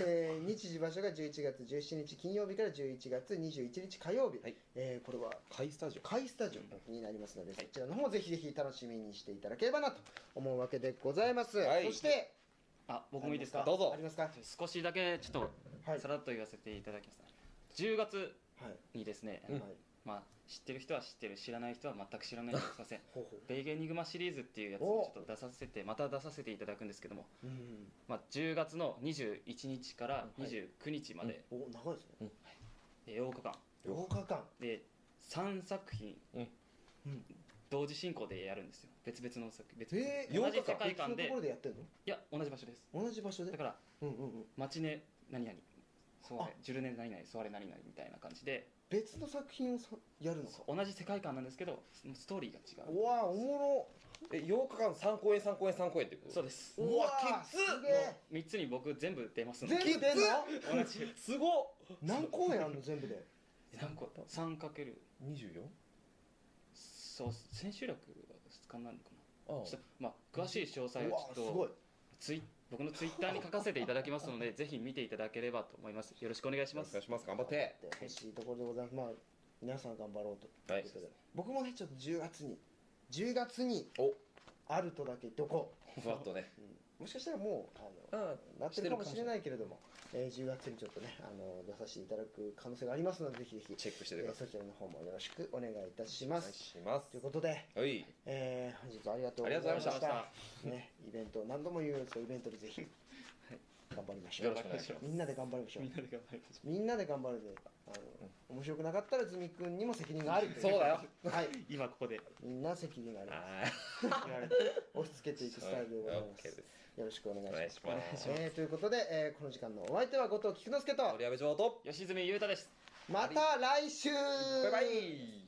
S1: えー 日時場所が11月17日金曜日から11月21日火曜日、
S2: はい
S1: えーこれは
S2: カイスタジオ。
S1: カイスタジオになりますので、そちらの方もぜひぜひ楽しみにしていただければなと思うわけでございます、
S2: はい
S1: そして
S3: あ僕もいいです
S1: あり
S3: か
S1: ま
S2: どうぞ
S1: ありますかはい
S3: 少しだけちょっ
S1: は
S3: とさらっと言わせていただきます、10月
S1: い
S3: にですね、
S2: うん
S1: はい
S3: まあ、知ってる人は知ってる知らない人は全く知らないですいません
S1: ほうほ
S3: 「ベイゲニグマ」シリーズっていうやつにち
S1: お
S3: ょっと出させてまた出させていただくんですけども、
S1: ううん
S3: まあ、10月の21日から29日まで、
S1: お長いですね
S3: えー8日間
S1: 8日間
S3: で3作品、
S2: うん
S1: うん
S3: 同時進行でやるんですよ別々の作別々
S1: えー、
S3: 同
S1: 8
S3: じ
S1: 日
S3: 世
S1: 間
S3: 界観
S1: 別の
S3: で
S1: ところでやってるの
S3: いや同じ場所です
S1: 同じ場所で
S3: だから
S1: うんうんうん
S3: 町ね何々ソワ
S1: あ
S3: レジュルネ何々ソワレ何々みたいな感じで
S1: 別の作品をさやるのか
S3: そう同じ世界観なんですけどストーリーが違う
S1: うわーおも
S2: え8日間三公演三公演三公演ってこと
S3: そうです
S1: ろ
S2: うわ
S1: ー
S2: き
S1: す
S2: つっ
S1: げえ
S3: 3つに僕全部出ますの
S1: 全
S3: で
S1: 部出ん
S3: 同じ
S2: すごっ
S1: の何公演あんの全部 で
S3: 何個 3×3
S2: 24?
S3: そう千秋楽は2日になるのか
S2: あ
S3: なちょっとまあ詳しい詳細
S1: う
S3: は
S1: わー
S3: ち
S1: す
S3: ょっ
S1: ご
S3: と
S1: い
S3: ツイ僕のツイッターに書かせていただきますのでぜひ見ていただければと思いますよろしくお願いし
S2: お
S3: ま
S2: 願
S3: す
S2: いします頑張って
S1: で欲しいところでございますまあ皆さん頑張ろうと
S2: はい
S1: とうことで僕もねちょっと10月に10月に
S2: お
S1: あるとだけ言っておこ
S2: ふわっとね
S1: う、うんもしかしたらもうあの
S2: あ
S1: なってるかもしれないけれども、えー10月にちょっとねあの出させていただく可能性がありますのでぜひぜひ、
S2: チェックして
S1: え
S2: てくだ
S1: ー
S2: さい
S1: そちらの方もよろしくお願いいたしま
S2: お
S1: す、
S2: 願いします
S1: ということで、
S2: はい
S1: えー本日はありがとう
S2: あ
S1: ご
S2: り
S1: ざ
S2: が
S1: い
S2: と
S1: ま
S2: うご
S1: し
S2: ざ
S1: た
S2: いま
S1: ね、イベント何度も言うんですけどイベントでぜひ頑張りましょう
S2: よろしくお願いしま
S1: みんなで頑張りましょう
S3: みんなで頑張りましょ
S1: みんなで頑張るであの面白くなかったらズミ君にも責任があるとい
S2: そうだよ
S1: はいう
S3: 今ここで
S1: みんな責任があります
S2: はい
S1: 言われて押し付けていくスタイルでございま
S2: OK です
S1: すよろしくお願いし
S2: お
S1: ま
S2: 願い
S1: す
S2: します
S1: えーということで、えーこの時間のお相手は後藤菊之助と
S2: 鳥籔城と
S3: 吉住裕太です
S1: また来週
S2: バイバイ